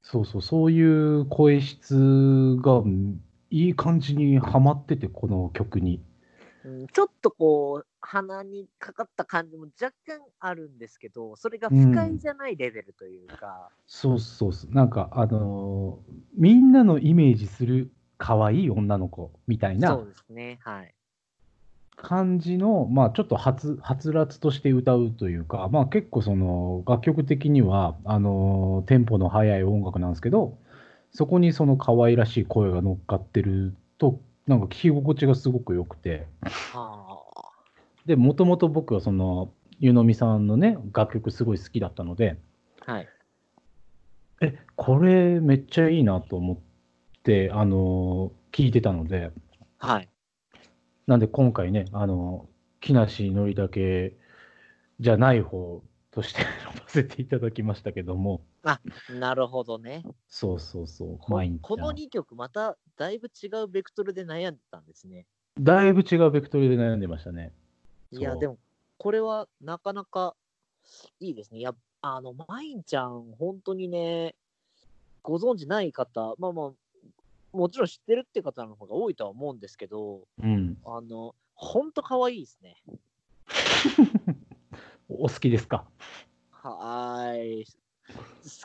[SPEAKER 2] そうそうそういう声質がうんいい感じにはまっててこの曲に。
[SPEAKER 1] うん、ちょっとこう、鼻にかかった感じも若干あるんですけど、それが不快じゃないレベルというか、
[SPEAKER 2] そうそうそうなんかあのーみんなのイメージする可愛い女の子みたいな。
[SPEAKER 1] そうですね。はい。
[SPEAKER 2] 感じの、まあ、ちょっとはつはつらつとして歌うというか、まあ、結構その楽曲的にはあのテンポの速い音楽なんですけどそこにその可愛らしい声が乗っかってるとなんか聞き心地がすごく良くて
[SPEAKER 1] はあ。
[SPEAKER 2] でもともと僕はその湯飲みさんのね楽曲すごい好きだったので
[SPEAKER 1] はい。
[SPEAKER 2] えこれめっちゃいいなと思ってあの聞いてたので
[SPEAKER 1] はい。
[SPEAKER 2] なんで今回ね、あの、木梨憲武じゃない方として 選ばせていただきましたけども、
[SPEAKER 1] なるほどね。
[SPEAKER 2] そうそうそう、
[SPEAKER 1] こ
[SPEAKER 2] 毎日
[SPEAKER 1] この2曲まただいぶ違うベクトルで悩んでたんですね。
[SPEAKER 2] だいぶ違うベクトルで悩んでましたね。
[SPEAKER 1] いや
[SPEAKER 2] そう
[SPEAKER 1] でもこれはなかなかいいですね。いやあのマインちゃん本当にねご存知ない方まあまあもちろん知ってるって方の方が多いとは思うんですけど
[SPEAKER 2] うん。
[SPEAKER 1] あの本当可愛いですね。
[SPEAKER 2] お好きですか
[SPEAKER 1] はーい好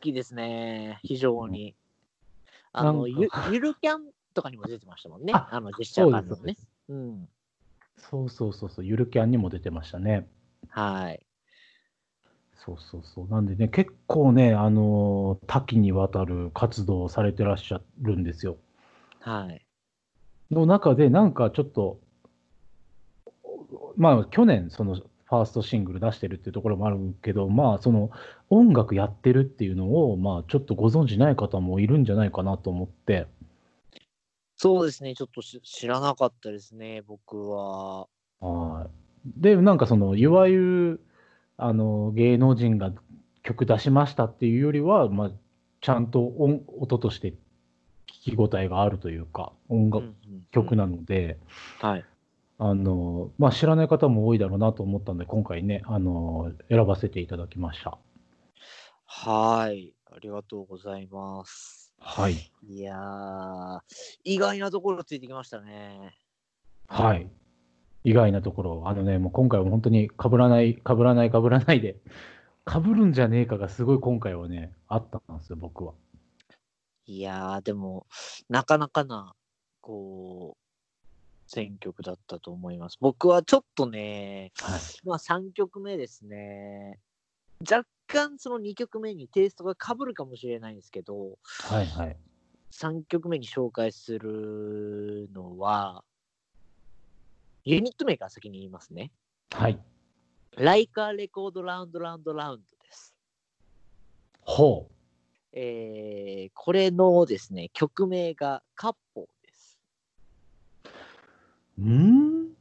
[SPEAKER 1] きですね非常に。あ
[SPEAKER 2] なん
[SPEAKER 1] の
[SPEAKER 2] か
[SPEAKER 1] ゆゆるキャンとかにも出てましたもんね。
[SPEAKER 2] あ
[SPEAKER 1] あのジェスチャー
[SPEAKER 2] そう
[SPEAKER 1] 感
[SPEAKER 2] です
[SPEAKER 1] のね。うん
[SPEAKER 2] そうそうそうそう、ゆるキャンにも出てましたね。
[SPEAKER 1] はい。
[SPEAKER 2] そうそうそう。なんでね、結構ね、あの、多岐にわたる活動をされてらっしゃるんですよ。
[SPEAKER 1] はい。
[SPEAKER 2] の中で、なんかちょっと、まあ、去年、その、ファーストシングル出してるっていうところもあるけど、まあ、その、音楽やってるっていうのを、まあ、ちょっとご存知ない方もいるんじゃないかなと思って、
[SPEAKER 1] そうですね。ちょっとし知らなかったですね、僕は。
[SPEAKER 2] はい。で、なんかその、いわゆる、あの、芸能人が曲出しましたっていうよりは、まあ、ちゃんと音音として聞き応えがあるというか、音楽、曲
[SPEAKER 1] な、
[SPEAKER 2] なので、
[SPEAKER 1] はい。
[SPEAKER 2] あのまあ、知らない方も多いだろうなと思ったので、今回ね、あの選ばせていただきました。
[SPEAKER 1] はい。ありがとうございます。
[SPEAKER 2] はい。
[SPEAKER 1] いやー、意外なところついてきましたね。
[SPEAKER 2] はい。意外なところ、あのね、もう今回は本当に被らない、被らない、被らないで、被るんじゃねえかがすごい今回はね、あったんですよ、僕は。
[SPEAKER 1] いやー、でも、なかなかな、こう、選曲だったと思います。僕はちょっとね、
[SPEAKER 2] はい
[SPEAKER 1] まあ3曲目ですね。若干その2曲目にテイストが被るかもしれないんですけど、
[SPEAKER 2] はいはい。
[SPEAKER 1] 3曲目に紹介するのは、ユニット名から先に言いますね。
[SPEAKER 2] はい。
[SPEAKER 1] ライカーレコードラウンドラウンドラウンドです。
[SPEAKER 2] ほう。
[SPEAKER 1] えーこれのですね、曲名がカッポーです。
[SPEAKER 2] うん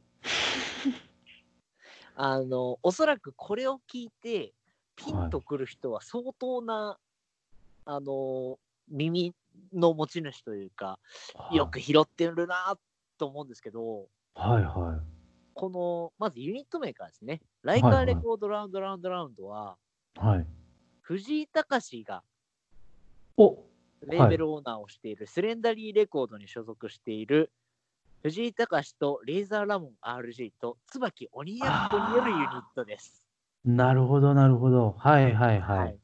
[SPEAKER 1] あの、おそらくこれを聞いて、ピンとくる人は相当な、あの、耳の持ち主というか、よく。拾ってるなと思うんですけど、
[SPEAKER 2] はいは
[SPEAKER 1] この、まずユニット名からですね、ライカ
[SPEAKER 2] はいは
[SPEAKER 1] ー
[SPEAKER 2] い
[SPEAKER 1] レコードラウンドラウンドラウンドは、
[SPEAKER 2] い。はい。
[SPEAKER 1] 藤井隆が
[SPEAKER 2] お
[SPEAKER 1] レーベルオーナーをしているスレンダリーレコードに所属している藤井隆とレーザーラモン RG と椿鬼奴によるユニットです。
[SPEAKER 2] なるほどなるほど。はいはいは
[SPEAKER 1] はいい。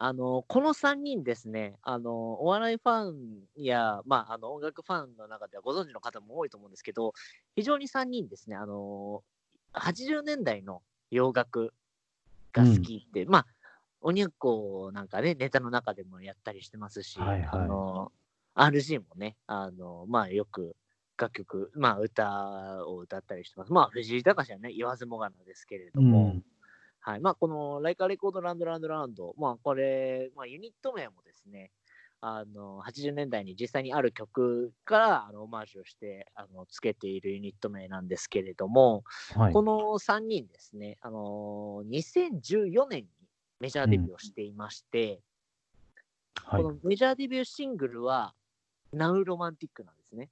[SPEAKER 1] あのこの3人ですねあの、お笑いファンや、まあ、あの音楽ファンの中ではご存知の方も多いと思うんですけど、非常に3人ですね、あの80年代の洋楽が好きって、まあ、鬼奴なんかね、ネタの中でもやったりしてますし、
[SPEAKER 2] はいはい
[SPEAKER 1] あの RG もね、あのまあ、よく楽曲、まあ、歌を歌ったりしてます。まあ、藤井隆はね、言わずもがなですけれど
[SPEAKER 2] う
[SPEAKER 1] も。
[SPEAKER 2] ん。
[SPEAKER 1] はいまあ、このライカレコードラウンドラウンドラウンド、まあ、これ、まあ、ユニット名もですねあの80年代に実際にある曲からあのオマージュをしてあのつけているユニット名なんですけれども、
[SPEAKER 2] はい
[SPEAKER 1] こ。の3人ですね、あの2014年にメジャーデビューをしていまして、
[SPEAKER 2] はい
[SPEAKER 1] このメジャーデビューシングルは「ナウロマンティック」なんですね。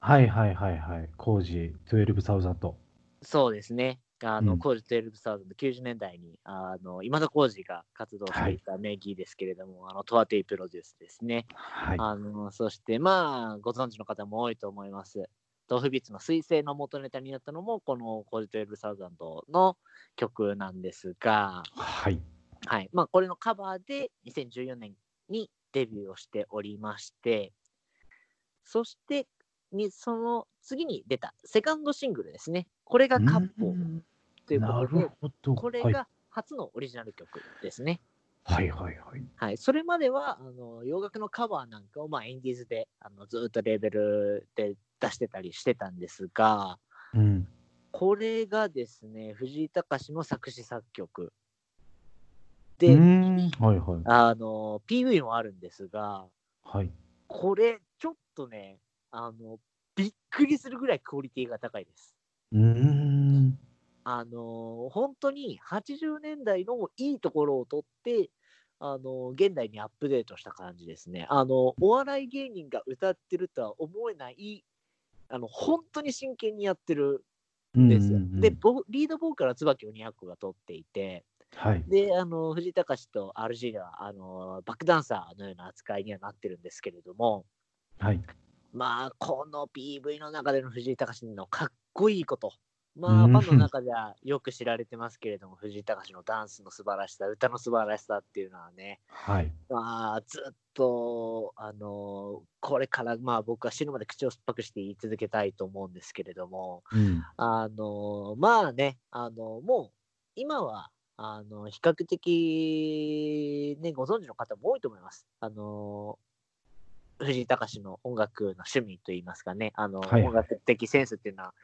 [SPEAKER 2] はいはいはいはい。工事12サウザンと。
[SPEAKER 1] そうですね。あ
[SPEAKER 2] う
[SPEAKER 1] の、
[SPEAKER 2] ん
[SPEAKER 1] コージ12,000、90年代に、あの、今田耕司が活動していた名義ですけれども、あの、トワテイプロデュースですね。
[SPEAKER 2] はい。
[SPEAKER 1] あの、そして、まあ、ご存知の方も多いと思います。豆腐ビーツの彗星の元ネタになったのも、このコージ12,000の曲なんですが、
[SPEAKER 2] はい。
[SPEAKER 1] はい。まあ、これのカバーで2014年にデビューをしておりまして、そして、にその次に出たセカンドシングルですね。これがカップを
[SPEAKER 2] うん
[SPEAKER 1] ということ
[SPEAKER 2] な
[SPEAKER 1] で
[SPEAKER 2] る、ほど。
[SPEAKER 1] これ
[SPEAKER 2] はい
[SPEAKER 1] が初のオリジナル曲ですね。
[SPEAKER 2] はいはいはい。
[SPEAKER 1] はい、それまではあの洋楽のカバーなんかを、まあ、インディーズであのずっとレーベルで出してたりしてたんですが、
[SPEAKER 2] うん。
[SPEAKER 1] これがですね、藤井隆の作詞作曲
[SPEAKER 2] う
[SPEAKER 1] で、
[SPEAKER 2] んはいはい。
[SPEAKER 1] あの PV もあるんですが、
[SPEAKER 2] はい。
[SPEAKER 1] これちょっとねあの、びっくりするぐらいクオリティが高いです。
[SPEAKER 2] うーん。
[SPEAKER 1] あのー本当に80年代のいいところを取って、あのー現代にアップデートした感じですね。あのお笑い芸人が歌ってるとは思えない、あの本当に真剣にやってる
[SPEAKER 2] うん
[SPEAKER 1] ん
[SPEAKER 2] う
[SPEAKER 1] ですよ。
[SPEAKER 2] んうん
[SPEAKER 1] で、ボリードボーカルは椿鬼奴が取っていて、
[SPEAKER 2] はい。
[SPEAKER 1] で、あの藤井隆と RG ではあのバックダンサーのような扱いにはなってるんですけれども、
[SPEAKER 2] はい。
[SPEAKER 1] まあ、この PV の中での藤井隆のかっこいいこと。まあ、
[SPEAKER 2] うん
[SPEAKER 1] ファンの中ではよく知られてますけれども、藤井隆のダンスの素晴らしさ、歌の素晴らしさっていうのはね、
[SPEAKER 2] はい。
[SPEAKER 1] まあ、ずっと、あのこれから、まあ、僕は死ぬまで口を酸っぱくして言い続けたいと思うんですけれども、
[SPEAKER 2] うん。
[SPEAKER 1] あのまあね、あのもう、今は、あの比較的、ね、ご存知の方も多いと思います。あの藤井隆の音楽の趣味といいますかね、あの
[SPEAKER 2] はいはい
[SPEAKER 1] 音楽的センスっていうのは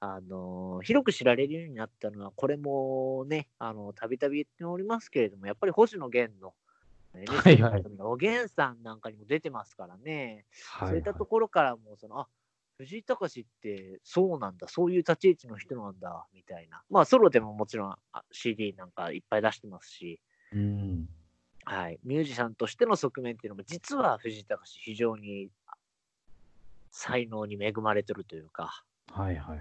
[SPEAKER 1] あの、広く知られるようになったのは、これもね、あのたびたび言っておりますけれども、やっぱり星野源の、
[SPEAKER 2] はいはい
[SPEAKER 1] NHK のおげんさんなんかにも出てますからね。
[SPEAKER 2] はい。
[SPEAKER 1] そういったところからもそのあ藤井隆ってそうなんだそういう立ち位置の人なんだみたいなまあソロでももちろんあ CD なんかいっぱい出してますし、
[SPEAKER 2] うん。
[SPEAKER 1] はい、ミュージシャンとしての側面っていうのも実は藤井隆非常にあ才能に恵まれてるというか、
[SPEAKER 2] はいはいはい。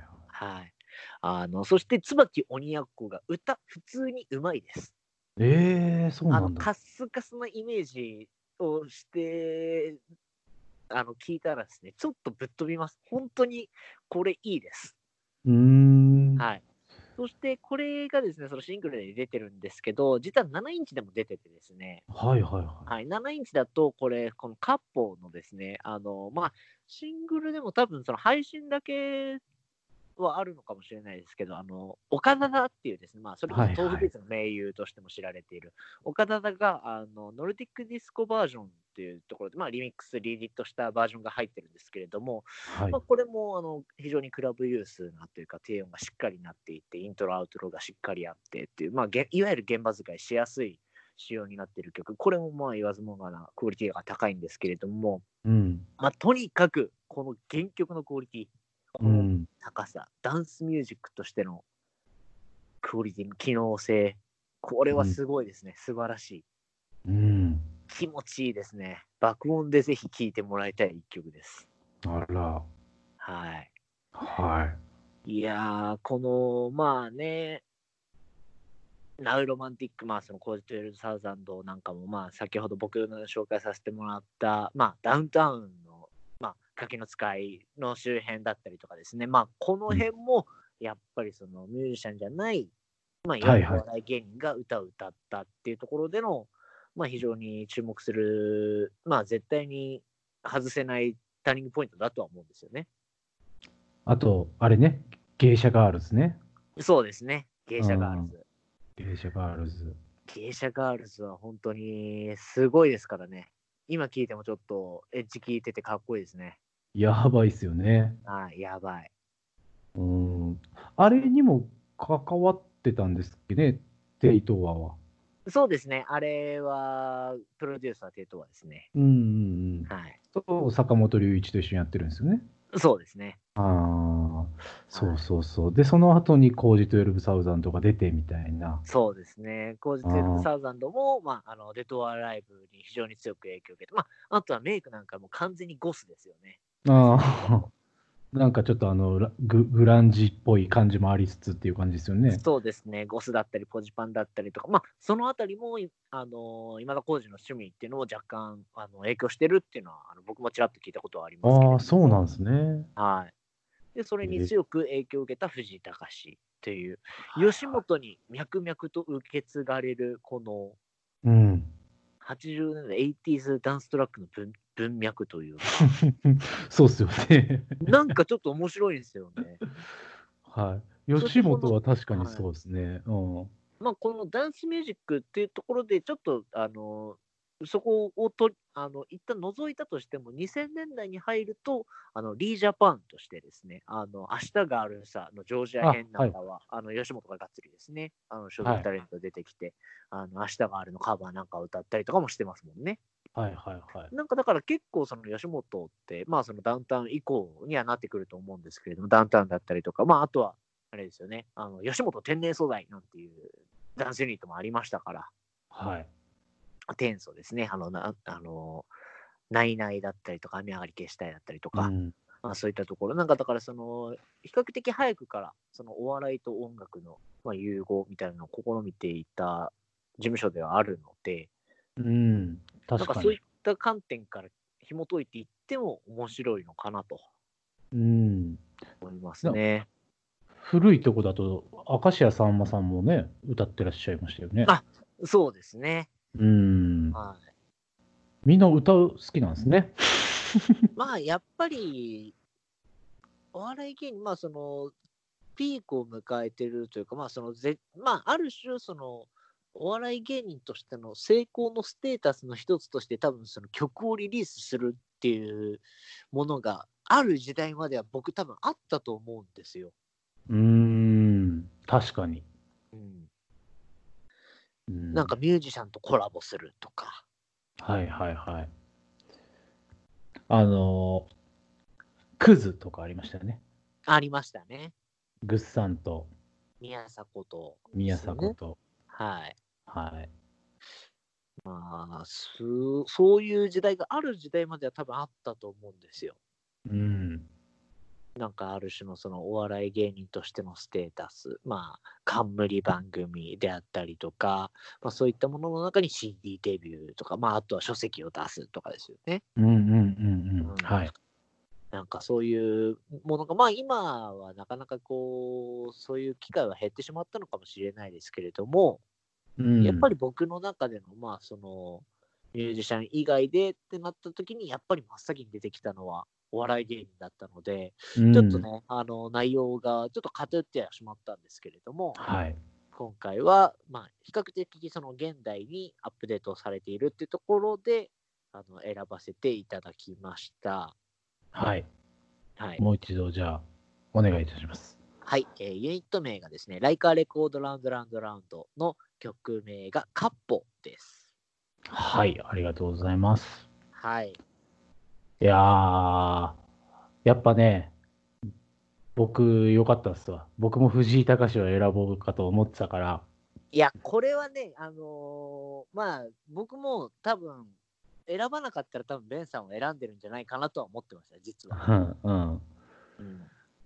[SPEAKER 1] はい、あのそして椿鬼奴が歌普通にうまいです。
[SPEAKER 2] ええ、そう
[SPEAKER 1] あ
[SPEAKER 2] な
[SPEAKER 1] の
[SPEAKER 2] ん
[SPEAKER 1] カ
[SPEAKER 2] だ。
[SPEAKER 1] ッスカスのイメージをしてあの聞いたらですねちょっとぶっ飛びます本当にこれいいです、
[SPEAKER 2] うーん。
[SPEAKER 1] はいそしてこれがですねそのシングルで出てるんですけど実は7インチでも出ててですね、
[SPEAKER 2] はいはいは
[SPEAKER 1] はい、7インチだとこれこのカッポーのですねあのまあシングルでも多分その配信だけはあるのかもしれないですけど、あの岡田田っていうですね、まあ、それこそ東北別の名優としても知られている、岡田田があのノルディックディスコバージョンっていうところで、まあ、リミックス、リリットしたバージョンが入ってるんですけれども、
[SPEAKER 2] はい
[SPEAKER 1] まあ、。これもあの非常にクラブユースなというか、低音がしっかりなっていて、イントロ、アウトロがしっかりあってっていう、まあ、げいわゆる現場使いしやすい仕様になっている曲、これもまあ言わずもがなクオリティが高いんですけれども、
[SPEAKER 2] うん。
[SPEAKER 1] まあ、とにかくこの原曲のクオリティこ
[SPEAKER 2] う
[SPEAKER 1] の
[SPEAKER 2] ん。
[SPEAKER 1] 高さ、ダンスミュージックとしてのクオリティの機能性、これはすごいですね、素晴らしい。
[SPEAKER 2] うん。
[SPEAKER 1] 気持ちいいですね。爆音でぜひ聴いてもらいたい一曲です。
[SPEAKER 2] あら。
[SPEAKER 1] はい。
[SPEAKER 2] はい
[SPEAKER 1] やー、この、まあね、ナウロマンティック、まあそのコージトゥエルサウザンドなんかも、まあ先ほど僕の紹介させてもらった、まあダウンタウンの、まあガキの使いの周辺だったりとかですね、まあこの辺も、やっぱりそのミュージシャンじゃない、まあいわゆる
[SPEAKER 2] はいはい
[SPEAKER 1] お笑い芸人が歌を歌ったっていうところでの、まあ非常に注目する、まあ絶対に外せないターニングポイントだとは思うんですよね。
[SPEAKER 2] い。あと、あれね、芸者ガールズね。
[SPEAKER 1] そうですね、芸者ガールズ。
[SPEAKER 2] 芸者ガールズ。
[SPEAKER 1] 芸者ガールズは本当にすごいですからね。今聞いてもちょっとエッジ聞いててかっこいいですね。
[SPEAKER 2] やばいっすよね。
[SPEAKER 1] ああ、やばい。
[SPEAKER 2] うん。あれにも関わってたんですっけね、テイトワは。
[SPEAKER 1] そうですね。あれは、プロデューサーテイトワですね。
[SPEAKER 2] うんうんうん。
[SPEAKER 1] はい。
[SPEAKER 2] と、坂本龍一と一緒にやってるんですよね。
[SPEAKER 1] そうですね。
[SPEAKER 2] ああ、そうそうそう。で、その後に工事12サウザンとか出てみたいな。
[SPEAKER 1] そうですね。コージ
[SPEAKER 2] あー
[SPEAKER 1] テルサウザンドも、まあ、あの、デトアライブに非常に強く影響を受けて、まあ、あとはメイクなんかも完全にゴスですよね。
[SPEAKER 2] ああ、なんかちょっとあのラグ、グランジっぽい感じもありつつっていう感じですよね。
[SPEAKER 1] そうですね、ゴスだったり、ポジパンだったりとか、まあ、そのあたりも、いあのー今田耕司の趣味っていうのも若干あの影響してるっていうのは、あの僕もちらっと聞いたことはありますけれど
[SPEAKER 2] あ
[SPEAKER 1] も
[SPEAKER 2] あ、そうなんですね。
[SPEAKER 1] はい。で、それに強く影響を受けた藤井隆という、吉本に脈々と受け継がれる、この
[SPEAKER 2] うん。
[SPEAKER 1] 80年代、80s ダンストラックの文文脈と いうか、
[SPEAKER 2] そうっすよね。
[SPEAKER 1] なんかちょっと面白いんですよね。
[SPEAKER 2] はい。吉本は確かにそうですね。うん。
[SPEAKER 1] まあ、このダンスミュージックっていうところで、ちょっと、あのそこをとあの一旦除いたとしても、2000年代に入ると、あのリー・ジャパンとしてですね、あの明日があるさのジョージア編なんかは、あ,、の吉本ががっつりですね、あの所属タレント出てきて、あの明日があるのカバーなんかを歌ったりとかもしてますもんね。
[SPEAKER 2] はいはいはい。
[SPEAKER 1] なんかだから結構その吉本って、まあそのダウンタウン以降にはなってくると思うんですけれども、ダウンタウンだったりとか、まああとは、あれですよね、あの吉本天然素材なんていうダンスユニットもありましたから、
[SPEAKER 2] はい。
[SPEAKER 1] 天素ですね、あの、なあの、ナイナイだったりとか、雨上がり消したいだったりとか、
[SPEAKER 2] うん。
[SPEAKER 1] まあそういったところ、なんかだからその、比較的早くから、そのお笑いと音楽の、まあ、融合みたいなのを試みていた事務所ではあるので、
[SPEAKER 2] うん。
[SPEAKER 1] な
[SPEAKER 2] 確
[SPEAKER 1] んか
[SPEAKER 2] か
[SPEAKER 1] そうい
[SPEAKER 2] に
[SPEAKER 1] っ。た観点から紐解いていっても面白いのかなと
[SPEAKER 2] うん。
[SPEAKER 1] 思いますね。
[SPEAKER 2] 古いとこだと、明石家さんまさんもね、歌ってらっしゃいましたよね。
[SPEAKER 1] あそうですね。
[SPEAKER 2] うん。
[SPEAKER 1] は
[SPEAKER 2] みんな歌う好きなんですね。
[SPEAKER 1] い、 まあやっぱりお笑い芸人まあそのピークを迎えてるというかまあそのぜまあある種そのお笑い芸人としての成功のステータスの一つとして多分その曲をリリースするっていうものがある時代までは僕多分あったと思うんですよ。
[SPEAKER 2] うーん、確かに。
[SPEAKER 1] うん、
[SPEAKER 2] う
[SPEAKER 1] なんか、ミュージシャンとコラボするとか。
[SPEAKER 2] はいはいはい。あのー、クズとかありましたよね。
[SPEAKER 1] ありましたね。
[SPEAKER 2] ぐっさんと
[SPEAKER 1] 宮迫と、
[SPEAKER 2] 宮迫
[SPEAKER 1] ね。
[SPEAKER 2] と。
[SPEAKER 1] はい。
[SPEAKER 2] はい。
[SPEAKER 1] まあ、すそういう時代がある時代までは多分あったと思うんですよ。
[SPEAKER 2] うん。
[SPEAKER 1] なんかある種のそのお笑い芸人としてのステータス、まあ、冠番組であったりとか、まあそういったものの中に CD デビューとか、まああとは書籍を出すとかですよね。
[SPEAKER 2] うんうんうんうん。
[SPEAKER 1] うん
[SPEAKER 2] はい。
[SPEAKER 1] なんかそういうものが、まあ今はなかなかこう、そういう機会は減ってしまったのかもしれないですけれども、やっぱ
[SPEAKER 2] り。
[SPEAKER 1] り僕の中での、まあ、その、ミュージシャン以外でってなった時に、やっぱり真っ先に出てきたのは、お笑い芸人だったので、
[SPEAKER 2] うん
[SPEAKER 1] ちょっと。ね、あの内容がちょっと偏ってはしまったんですけれども、
[SPEAKER 2] はい。
[SPEAKER 1] 今回は、まあ、比較的その現代にアップデートされているっていうところで、あの選ばせていただきました。
[SPEAKER 2] はい。
[SPEAKER 1] はい。
[SPEAKER 2] もう一度、じゃあ、お願いいたします。
[SPEAKER 1] はい、えーユニット名がですね、ライカーレコードラウンドラウンドラウンドの曲名がカッポです。
[SPEAKER 2] はい。ありがとうございます。
[SPEAKER 1] はい。
[SPEAKER 2] いやー、やっぱね、僕、良かったっすわ。僕も藤井隆を選ぼうかと思ってたから、
[SPEAKER 1] いや、これはね、あのーまあ、僕も多分、選ばなかったら多分ベンさんを選んでるんじゃないかなとは思ってました、実
[SPEAKER 2] う
[SPEAKER 1] は。
[SPEAKER 2] ん、うん。
[SPEAKER 1] うん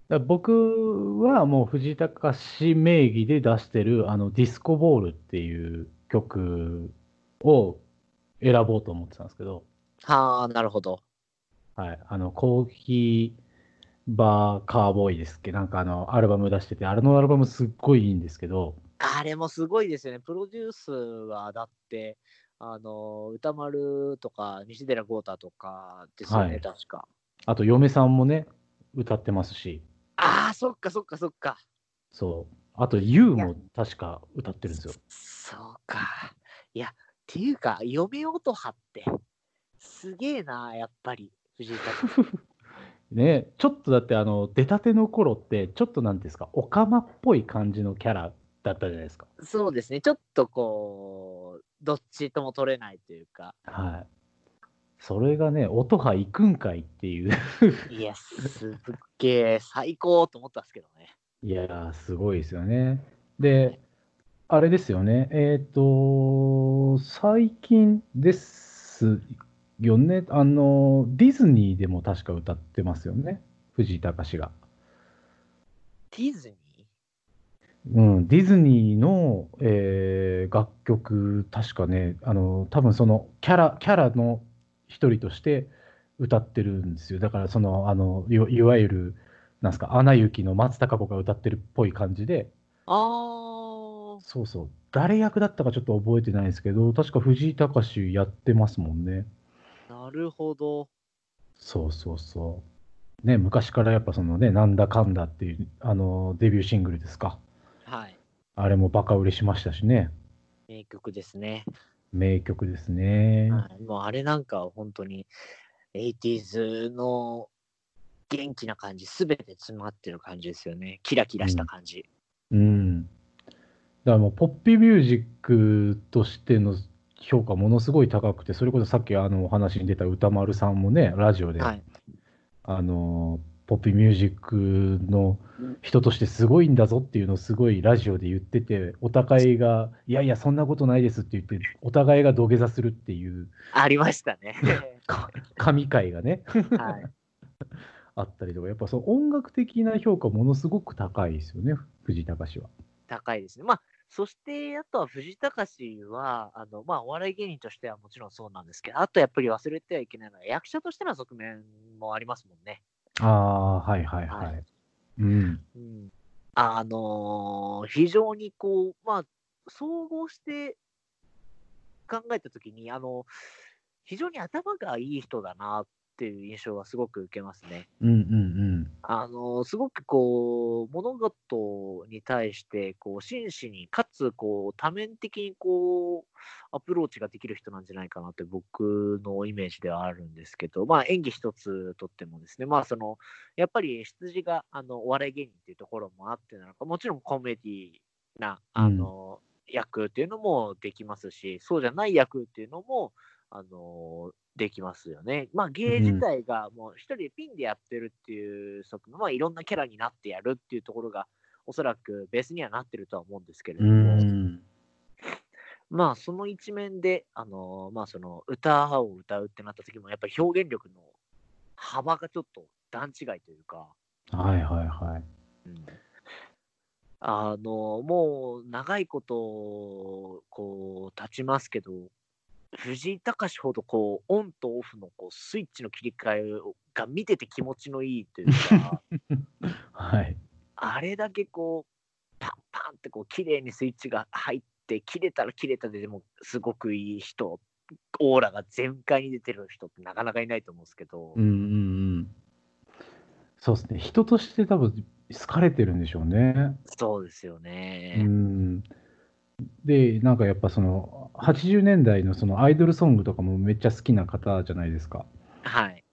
[SPEAKER 2] だから僕はもう藤井隆名義で出してるあのディスコボールっていう曲を選ぼうと思ってたんですけど、
[SPEAKER 1] はあ、なるほど。
[SPEAKER 2] はい、あのコーヒーバーカーボーイですっけなんかあのアルバム出しててあれのアルバムすっごいいいんですけど
[SPEAKER 1] あれもすごいですよね。プロデュースはだって、あのー歌丸とか西寺豪太とかですよね、
[SPEAKER 2] はい
[SPEAKER 1] 確か。
[SPEAKER 2] あと嫁さんもね歌ってますし
[SPEAKER 1] ああ、そっかそっかそっか。
[SPEAKER 2] そうあと YOU も確か歌ってるんですよ
[SPEAKER 1] そうか。いや、っていうか、嫁音葉って、すげえな、やっぱり、藤井さん。
[SPEAKER 2] ねちょっとだってあの出たての頃ってちょっとなんていうんですかオカマっぽい感じのキャラだったじゃないですか
[SPEAKER 1] そうですね、ちょっとこう、どっちとも取れないというか、
[SPEAKER 2] はい。それがね、音が行くんかいっていう。
[SPEAKER 1] い や、すっげえ最高と思ったんですけどね。
[SPEAKER 2] いやー、すごいですよね。で、あれですよね。えっ、と、最近ですよね。あの、ディズニーでも確か歌ってますよね。藤井隆が。
[SPEAKER 1] ディズニ
[SPEAKER 2] うん、ディズニーの、えー楽曲、確かね、あの、多分そのキャラ、キャラの一人として歌ってるんですよ。だからその、あの、いわいわゆる、なんすか、アナ雪の松たか子が歌ってるっぽい感じで、
[SPEAKER 1] ーあー、
[SPEAKER 2] そうそう、誰役だったかちょっと覚えてないですけど、確か藤井隆やってますもんね。
[SPEAKER 1] なるほど。
[SPEAKER 2] そうそうそう。ね、昔からやっぱそのね、なんだかんだっていう、あの、デビューシングルですか。
[SPEAKER 1] はい。
[SPEAKER 2] あれもバカ売れしましたしね。
[SPEAKER 1] 名曲ですね。
[SPEAKER 2] 名曲ですね。
[SPEAKER 1] はい、もうあれなんかは本当に、80s の元気な感じ、すべて詰まってる感じですよね。キラキラした感じ。
[SPEAKER 2] うん。だからもうポッピーミュージックとしての評価ものすごい高くて、それこそさっきあのお話に出た歌丸さんもね、ラジオで、
[SPEAKER 1] はい。
[SPEAKER 2] あのポッピーミュージックの人としてすごいんだぞっていうのをすごいラジオで言ってて、お互いが、いやいや、そんなことないですって言って、お互いが土下座するっていう
[SPEAKER 1] ありましたね。
[SPEAKER 2] か神回がね、
[SPEAKER 1] はい。
[SPEAKER 2] あったりとか、やっぱその音楽的な評価ものすごく高いですよね、藤井隆は。
[SPEAKER 1] 高いですね。まあ、そして、あとは藤井隆は、あの、まあ、お笑い芸人としてはもちろんそうなんですけど、あとやっぱり忘れてはいけないのは、役者としての側面もありますもんね。
[SPEAKER 2] ああー、はいはいは
[SPEAKER 1] はいい。
[SPEAKER 2] うん。
[SPEAKER 1] うん。あのー非常にこう、まあ、総合して考えたときに、あの、非常に頭がいい人だなっていう印象はすごく受けますね。
[SPEAKER 2] うんうん
[SPEAKER 1] あのすごくこう物事に対してこう真摯にかつこう多面的にこうアプローチができる人なんじゃないかなって僕のイメージではあるんですけど、まあ、演技一つとってもですね、まあ、そのやっぱり出自があのお笑い芸人っていうところもあってなのかもちろんコメディなあの、役っていうのもできますしそうじゃない役っていうのもあのできますよね。まあ芸自体がもう一人でピンでやってるっていう側面、まあいろんなキャラになってやるっていうところがおそらくベースにはなってるとは思うんですけれ
[SPEAKER 2] う
[SPEAKER 1] ども、
[SPEAKER 2] ん。うん。
[SPEAKER 1] まあその一面で、あのまあその歌を歌うってなった時もやっぱり表現力の幅がちょっと段違いというか、
[SPEAKER 2] はいはいはい。
[SPEAKER 1] うんあのもう長いことこう経ちますけど藤井隆ほどこうオンとオフのこうスイッチの切り替えをが見てて気持ちのいいというか
[SPEAKER 2] はい。
[SPEAKER 1] あれだけこうパンパンってこう綺麗にスイッチが入って切れたら切れたででもすごくいい人オーラが全開に出てる人ってなかなかいないと思うんですけど、
[SPEAKER 2] うんうんそうですね。人として多分好かれてるんでしょうね。
[SPEAKER 1] そうですよ
[SPEAKER 2] う
[SPEAKER 1] ね。
[SPEAKER 2] ん。で、なんかやっぱその、80年代のそのアイドルソングとかもめっちゃ好きな方じゃないですか。
[SPEAKER 1] はい。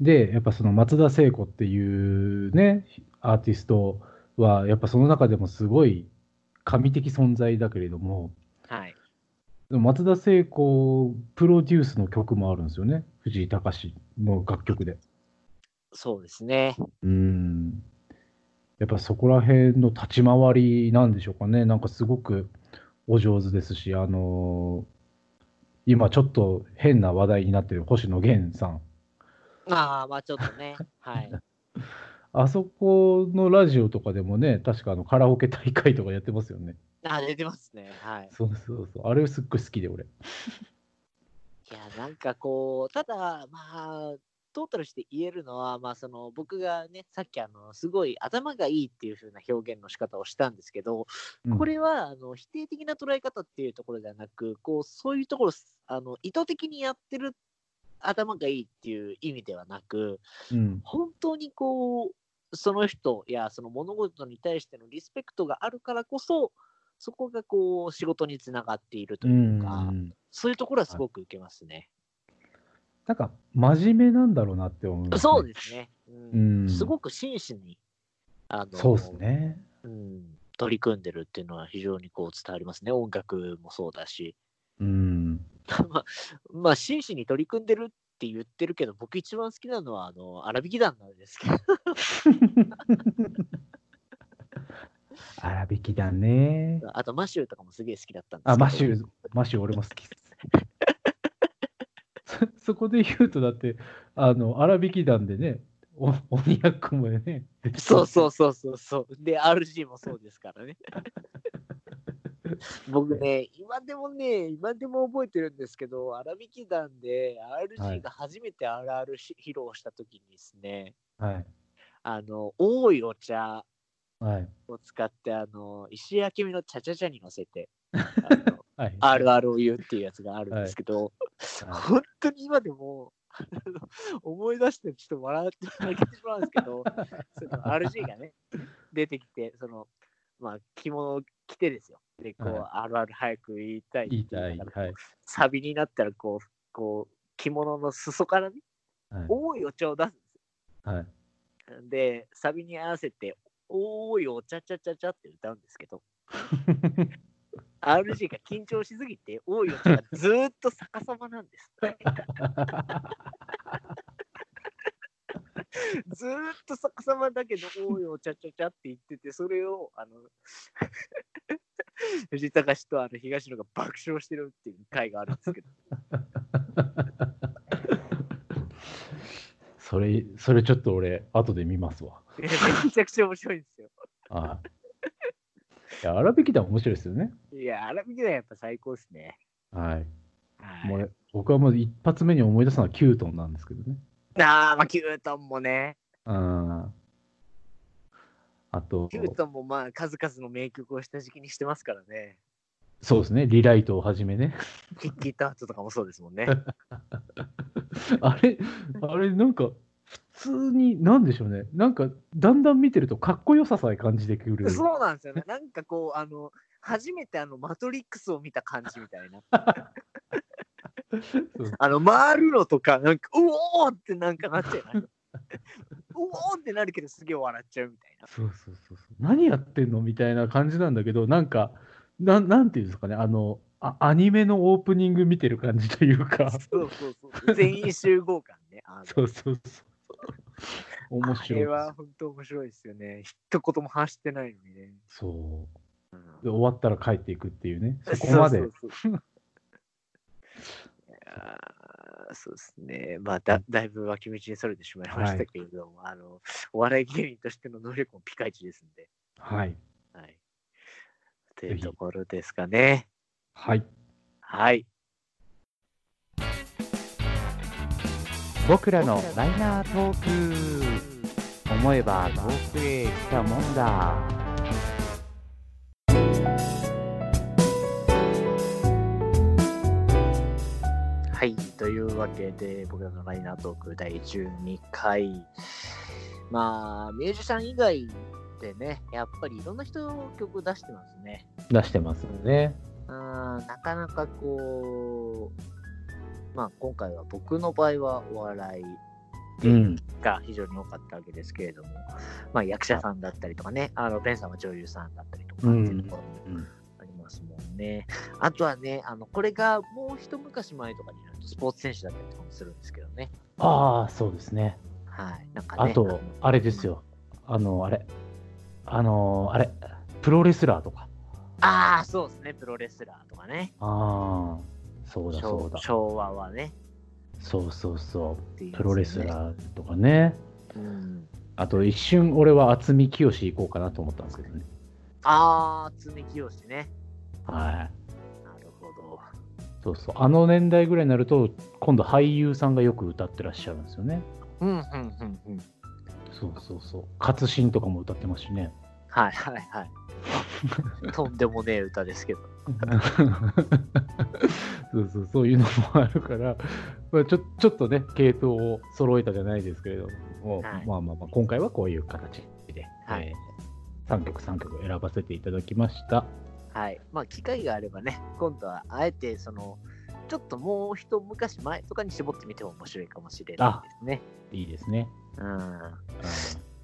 [SPEAKER 2] で、やっぱその松田聖子っていうね、アーティストは、やっぱその中でもすごい神的存在だけれども、
[SPEAKER 1] はい。
[SPEAKER 2] でも松田聖子プロデュースの曲もあるんですよね。藤井隆の楽曲で。
[SPEAKER 1] そうですね。
[SPEAKER 2] うん。やっぱそこら辺の立ち回りなんでしょうかね。なんかすごくお上手ですし、あのー今ちょっと変な話題になってる星野源さん。
[SPEAKER 1] まあまあちょっと ね。はい。
[SPEAKER 2] あそこのラジオとかでもね、確かあのカラオケ大会とかやってますよね。
[SPEAKER 1] あ、出てますね。はい。
[SPEAKER 2] そうそうそう。あれすっごい好きで俺。
[SPEAKER 1] いや、なんかこう、ただ、まあ、トータルして言えるのは、まあ、その僕がね、さっきあの、すごい頭がいいっていう風な表現の仕方をしたんですけど、
[SPEAKER 2] うん
[SPEAKER 1] これはあの否定的な捉え方っていうところではなく、こうそういうところあの意図的にやってる頭がいいっていう意味ではなく、
[SPEAKER 2] うん。
[SPEAKER 1] 本当にこうその人やその物事に対してのリスペクトがあるからこそ、そこがこう仕事につながっていると
[SPEAKER 2] う。
[SPEAKER 1] いうんか、そういうところはすごく受けますね。
[SPEAKER 2] なんか真面目なんだろうなって思う、
[SPEAKER 1] そうですね。
[SPEAKER 2] う
[SPEAKER 1] うん
[SPEAKER 2] ん。
[SPEAKER 1] すごく真摯にあの
[SPEAKER 2] そうですね。
[SPEAKER 1] うん、取り組んでるっていうのは非常にこう伝わりますね。音楽もそうだし。
[SPEAKER 2] うん。
[SPEAKER 1] まあ、まあ、真摯に取り組んでるって言ってるけど、僕一番好きなのは、あの、粗挽き団なんですけど、
[SPEAKER 2] 粗引きだね。
[SPEAKER 1] あとマシューとかもすげえ好きだったんですけど。
[SPEAKER 2] あ、マシュー、マシュー俺も好きっす。 そそこで言うと、だって、あの、粗引き団でね、お鬼奴もね。
[SPEAKER 1] そうそうそうそうそう。で、RG もそうですから ね。僕ね、今でもね、今でも覚えてるんですけど、粗挽き団で
[SPEAKER 2] はい
[SPEAKER 1] RG が初めて RR し披露した時にですね、
[SPEAKER 2] はい。
[SPEAKER 1] あの、多いお茶
[SPEAKER 2] はい。
[SPEAKER 1] を使って、あの、石焼きみのちゃちゃちゃに乗せて、あの
[SPEAKER 2] はい。
[SPEAKER 1] あるあるを言うっていうやつがあるんですけど、
[SPEAKER 2] はい
[SPEAKER 1] 本当に今でもあの思い出してちょっと笑って泣けてしまうんですけどそ の RG がね出てきてそのまあ着物を着てですよでこう、
[SPEAKER 2] は
[SPEAKER 1] あるある早く言いたい
[SPEAKER 2] 言いたい。
[SPEAKER 1] だ
[SPEAKER 2] は
[SPEAKER 1] から
[SPEAKER 2] い。
[SPEAKER 1] サビになったらこうこう着物の裾からね
[SPEAKER 2] はい。
[SPEAKER 1] 多いお茶を出すんです
[SPEAKER 2] はい。
[SPEAKER 1] よでサビに合わせて多いお茶ちゃちゃちゃって歌うんですけど RG が緊張しすぎて多いお茶がずーっと逆さまなんです ずーっと逆さまだけど、おいおちゃちゃちゃって言ってて、それを、あの、 藤井隆とあの東野が爆笑してるっていう回があるんです けど、
[SPEAKER 2] それ、それちょっと俺、後で見ますわ。
[SPEAKER 1] めちゃくちゃ面白いんですよ。
[SPEAKER 2] はい。いや、粗引き団面白いですよね。
[SPEAKER 1] いや、荒引き団やっぱ最高ですね。
[SPEAKER 2] はい。
[SPEAKER 1] はい
[SPEAKER 2] もう僕はもう一発目に思い出すのはキュートンなんですけどね。
[SPEAKER 1] あー、まあ、キュートンもね、
[SPEAKER 2] ああと、
[SPEAKER 1] キュートンもまあ、数々の名曲を下敷きにしてますからね。
[SPEAKER 2] そうですね、リライトをはじめね。
[SPEAKER 1] キッキータートとかもそうですもんね。
[SPEAKER 2] あれ、あれ、なんか、普通に、なんでしょうね、なんか、だんだん見てると、かっこよささえ感じてくる。
[SPEAKER 1] そうなんですよね。なんかこう、あの、初めてあの、マトリックスを見た感じみたいな。
[SPEAKER 2] そう
[SPEAKER 1] あの、回るのとか、なんか、うおーってなんかなっ ちゃう。うおーってなるけど、すげえ笑っちゃうみたいな。
[SPEAKER 2] そうそうそうそう。何やってんのみたいな感じなんだけど、なんか、なんなんていうんですかね、あの、あアニメのオープニング見てる感じというか、
[SPEAKER 1] そうそうそう。全員集合感ね。あの
[SPEAKER 2] そうそうそう。面
[SPEAKER 1] あ
[SPEAKER 2] 白い
[SPEAKER 1] れ
[SPEAKER 2] です。
[SPEAKER 1] は本当面白いですよね。一言も発してないのにね。
[SPEAKER 2] そう。で、終わったら帰っていくっていうね、そこまで。
[SPEAKER 1] そうそうそういやーそうですね、まあだだいぶ脇道にそれてしまいましたけれども、あのお笑い芸人としての能力もピカイチですんで、
[SPEAKER 2] はい。
[SPEAKER 1] はい。というところですかね。
[SPEAKER 2] はい。
[SPEAKER 1] はい。
[SPEAKER 3] 僕らのライナートーク思えば遠くへ来たもんだ
[SPEAKER 1] はい、というわけで、僕らのライナートーク第12回。まあ、ミュージシャン以外でね、やっぱりいろんな人曲出してますね。
[SPEAKER 2] 出してますね。
[SPEAKER 1] あーなかなかこう、まあ今回は僕の場合はお笑い
[SPEAKER 2] うん。
[SPEAKER 1] が非常に多かったわけですけれども、まあ役者さんだったりとかね、あの、ベンさんは女優さんだったりとかっていうところも
[SPEAKER 2] うん
[SPEAKER 1] ありますもんね。あとはね、あの、これがもう一昔前とかになるとスポーツ選手だったりとかもするんですけどね。
[SPEAKER 2] ああ、そうですね。
[SPEAKER 1] はい。なんか
[SPEAKER 2] あ
[SPEAKER 1] ね。
[SPEAKER 2] と、あれですよ。あの、あれ。あの、あれ。プロレスラーとか。
[SPEAKER 1] あの。ああ、そうですね。プロレスラーとかね。
[SPEAKER 2] ああ、そうだそう
[SPEAKER 1] 昭
[SPEAKER 2] だ。
[SPEAKER 1] 昭和はね。
[SPEAKER 2] そうそうそ
[SPEAKER 1] っていう
[SPEAKER 2] う。
[SPEAKER 1] やつね
[SPEAKER 2] プロレスラーとかね。
[SPEAKER 1] うん。
[SPEAKER 2] あと一瞬俺は渥美清行こうかなと思ったんですけどね。
[SPEAKER 1] ああ、爪清ね。
[SPEAKER 2] はい。
[SPEAKER 1] なるほど。
[SPEAKER 2] そうそう。あの年代ぐらいになると、今度俳優さんがよく歌ってらっしゃるんですよね。
[SPEAKER 1] うん、うん、うん、うん。
[SPEAKER 2] そうそうそう。勝新とかも歌ってますしね。
[SPEAKER 1] はい、はい、はい。とんでもねえ歌ですけど。
[SPEAKER 2] そうそう、そういうのもあるから、まあ、ちょちょっとね、系統を揃えたじゃないですけれども、
[SPEAKER 1] はい
[SPEAKER 2] まあまあまあ、今回はこういう形で、
[SPEAKER 1] はい
[SPEAKER 2] 3曲3曲選ばせていただきました。
[SPEAKER 1] はい。まあ、機会があればね、今度はあえて、その、ちょっともう一昔前とかに絞ってみても面白いかもしれないですね。
[SPEAKER 2] いいです ね。
[SPEAKER 1] うん。
[SPEAKER 2] う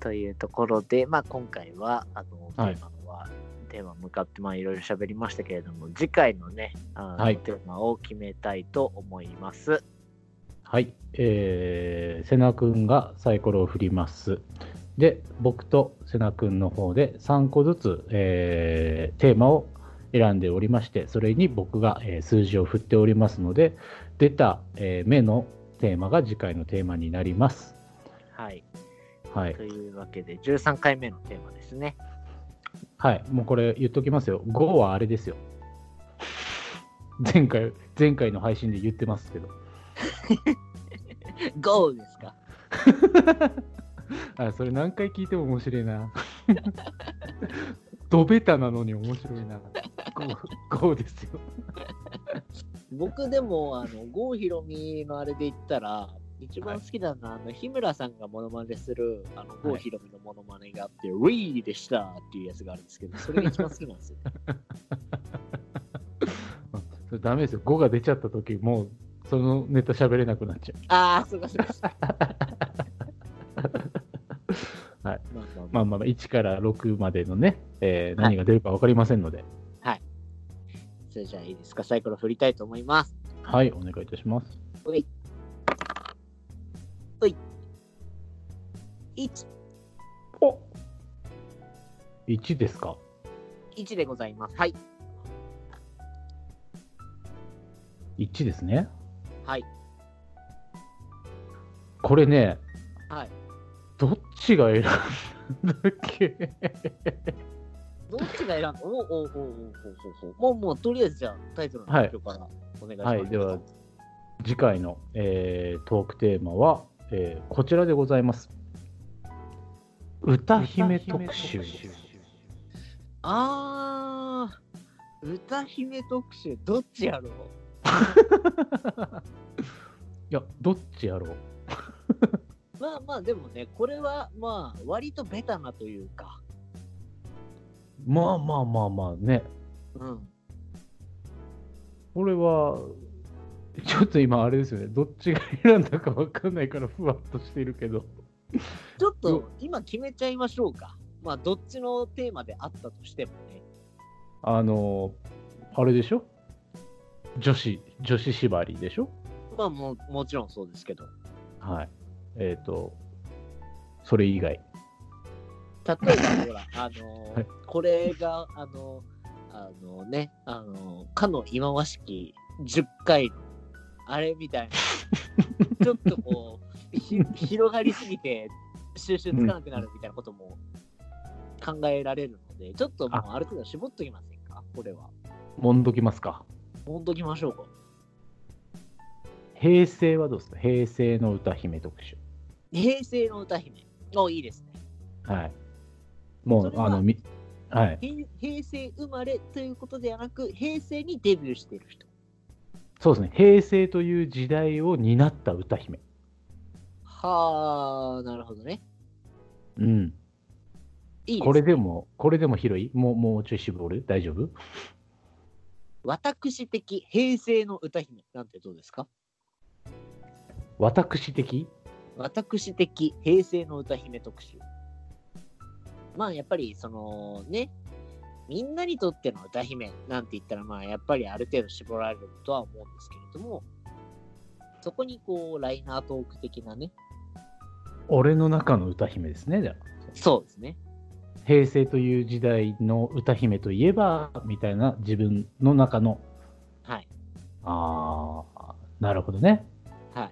[SPEAKER 1] というところで、まあ、今回はあのテ
[SPEAKER 2] はい
[SPEAKER 1] ーマは、テーマ向かってまあいろいろ喋りましたけれども次回のねあの、
[SPEAKER 2] はい
[SPEAKER 1] テーマを決めたいと思います。
[SPEAKER 2] んはい、えー、瀬名くんがサイコロを振ります。で、僕と瀬名くんの方で3個ずつ、えーテーマを選んでおりまして、それに僕が、えー数字を振っておりますので、出た、えー目のテーマが次回のテーマになります。
[SPEAKER 1] はい、
[SPEAKER 2] はい
[SPEAKER 1] と。いうわけで13回目のテーマです ね。
[SPEAKER 2] はい。もうこれ言っときますよ。5はあれですよ。前回、前回の配信で言ってますけど。
[SPEAKER 1] GO ですか
[SPEAKER 2] あ、それ何回聞いても面白いな。 ドベタなのに面白いな。5ですよ。
[SPEAKER 1] 僕でもあの郷ひろみのあれで言ったら一番好きなのは、あの日村さんがモノマネするあの郷ひろみのモノマネがあって「ウィーでした」っていうやつがあるんですけどそれが一番好きなんですよ。
[SPEAKER 2] それダメですよ。5が出ちゃった時もうそのネタ喋れなくなっちゃ
[SPEAKER 1] ああそうかそうか。
[SPEAKER 2] はい、
[SPEAKER 1] まあまあまあ
[SPEAKER 2] う。まあまあまあ、1から6までのね、えー何が出るか分かりませんので、
[SPEAKER 1] それじゃあいいですか、サイコロ振りたいと思います。
[SPEAKER 2] はい、お願いいたします。
[SPEAKER 1] ほい。ほい。1、
[SPEAKER 2] お !1 ですか
[SPEAKER 1] 1でございます。はい。
[SPEAKER 2] ?1 ですね。
[SPEAKER 1] はい。
[SPEAKER 2] これね、
[SPEAKER 1] はい。
[SPEAKER 2] どっちが選んだっけ
[SPEAKER 1] どっちが選んだおおおおおおおおもう、もう、とりあえずじゃあ、タイトルの発表からお願いします。
[SPEAKER 2] はい、では、次回の、えートークテーマは、えーこちらでございます。歌姫特集。
[SPEAKER 1] あー、歌姫特集、どっちやろう
[SPEAKER 2] いや、どっちやろう
[SPEAKER 1] まあまあ、でもね、これは、まあ、割とベタなというか、
[SPEAKER 2] まあまあまあまあね。
[SPEAKER 1] うん。
[SPEAKER 2] これは、ちょっと今あれですよね。どっちが選んだかわかんないからふわっとしてるけど。
[SPEAKER 1] ちょっと、今決めちゃいましょうか。まあ、どっちのテーマであったとしてもね。
[SPEAKER 2] あの、あれでしょ女子、女子縛りでしょ
[SPEAKER 1] まあもうもちろんそうですけど、
[SPEAKER 2] はい。えっ、と、それ以外。
[SPEAKER 1] 例えばほら、あのー
[SPEAKER 2] はい
[SPEAKER 1] これが、あのーあのね、あのーかの忌まわしき10回の、あれみたい な、ちょっとこう、ひ広がりすぎて、収集つかなくなるみたいなことも考えられるので、ちょっともうある程度絞っときませんか、これは。
[SPEAKER 2] もんどきますか。
[SPEAKER 1] ほんときましょうか。
[SPEAKER 2] 平成はどうですか平成の歌姫特集。
[SPEAKER 1] 平成の歌姫。お、いいですね。
[SPEAKER 2] はい。も
[SPEAKER 1] そうれ、は
[SPEAKER 2] あの、みはい。
[SPEAKER 1] 平平成生まれということではなく、平成にデビューしている人。
[SPEAKER 2] そうですね。平成という時代を担った歌姫。
[SPEAKER 1] はあ、なるほどね。
[SPEAKER 2] うん。
[SPEAKER 1] いいです
[SPEAKER 2] これでも、これでも広いもう、もうちょい絞る大丈夫
[SPEAKER 1] 私的平成の歌姫なんてどうですか
[SPEAKER 2] 私的
[SPEAKER 1] 私的平成の歌姫特集。まあやっぱりそのね、みんなにとっての歌姫なんて言ったらまあやっぱりある程度絞られるとは思うんですけれども、そこにこうライナートーク的なね、
[SPEAKER 2] 俺の中の歌姫ですね。じゃあ
[SPEAKER 1] そうですね。
[SPEAKER 2] 平成という時代の歌姫といえば、みたいな自分の中の。
[SPEAKER 1] はい。
[SPEAKER 2] ああ、なるほどね。
[SPEAKER 1] はい。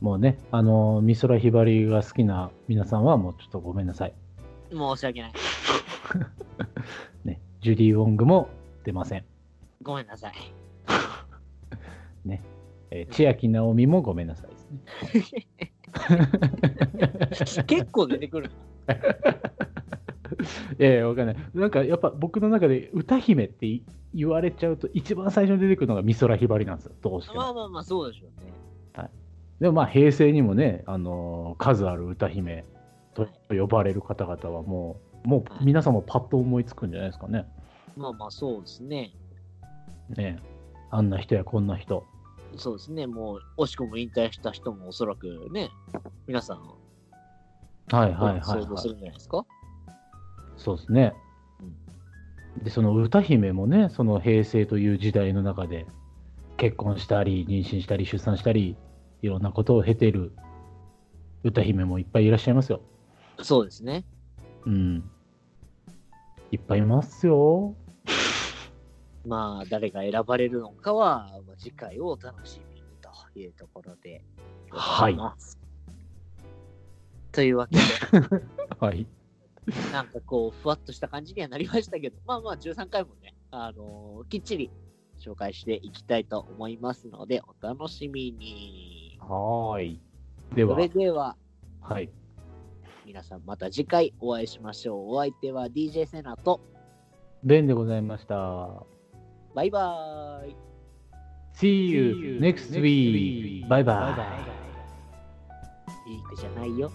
[SPEAKER 2] もうね、あの、美空ひばりが好きな皆さんはもうちょっとごめんなさい。
[SPEAKER 1] 申し訳ない。
[SPEAKER 2] ね、ジュディ・ウォングも出ません。
[SPEAKER 1] ごめんなさい。
[SPEAKER 2] えー千秋直美もごめんなさいですね。
[SPEAKER 1] 結構出てくるな。
[SPEAKER 2] いやいや、わかんない。なんかやっぱ僕の中で歌姫ってい言われちゃうと、一番最初に出てくるのが美空ひばりなんですよ、どうして
[SPEAKER 1] ま
[SPEAKER 2] も。
[SPEAKER 1] あまあまあそうでしょうね。
[SPEAKER 2] でもまあ、平成にもね、あのー数ある歌姫と呼ばれる方々はもう、もう皆さんもパッと思いつくんじゃないですかね。
[SPEAKER 1] まあまあそうですね。
[SPEAKER 2] ねえあんな人やこんな人。
[SPEAKER 1] そうですね。もう、惜しくも引退した人もおそらくね、皆さん
[SPEAKER 2] はいはいはい、
[SPEAKER 1] 想像
[SPEAKER 2] は
[SPEAKER 1] す
[SPEAKER 2] い。
[SPEAKER 1] るんじゃないですか。
[SPEAKER 2] そうですね。で、その歌姫もね、その平成という時代の中で、結婚したり、妊娠したり、出産したり、いろんなことを経ている歌姫もいっぱいいらっしゃいますよ。
[SPEAKER 1] そうですね。
[SPEAKER 2] うん。いっぱいいますよ。
[SPEAKER 1] まあ、誰が選ばれるのかは、まあ次回をお楽しみにというところで。
[SPEAKER 2] はい
[SPEAKER 1] ござます。というわけで、
[SPEAKER 2] はい。
[SPEAKER 1] なんかこう、ふわっとした感じにはなりましたけど、まあまあ、13回もね、あのーきっちり紹介していきたいと思いますので、お楽しみに。
[SPEAKER 2] はーい。で
[SPEAKER 1] そ
[SPEAKER 2] は
[SPEAKER 1] れ、では、
[SPEAKER 2] はい。
[SPEAKER 1] 皆さんまた次回お会いしましょう。お相手は DJ セナと
[SPEAKER 2] ベンでございました。
[SPEAKER 1] バイバーイ。
[SPEAKER 2] See you next week. バイバイ。
[SPEAKER 1] いい手じゃないよ。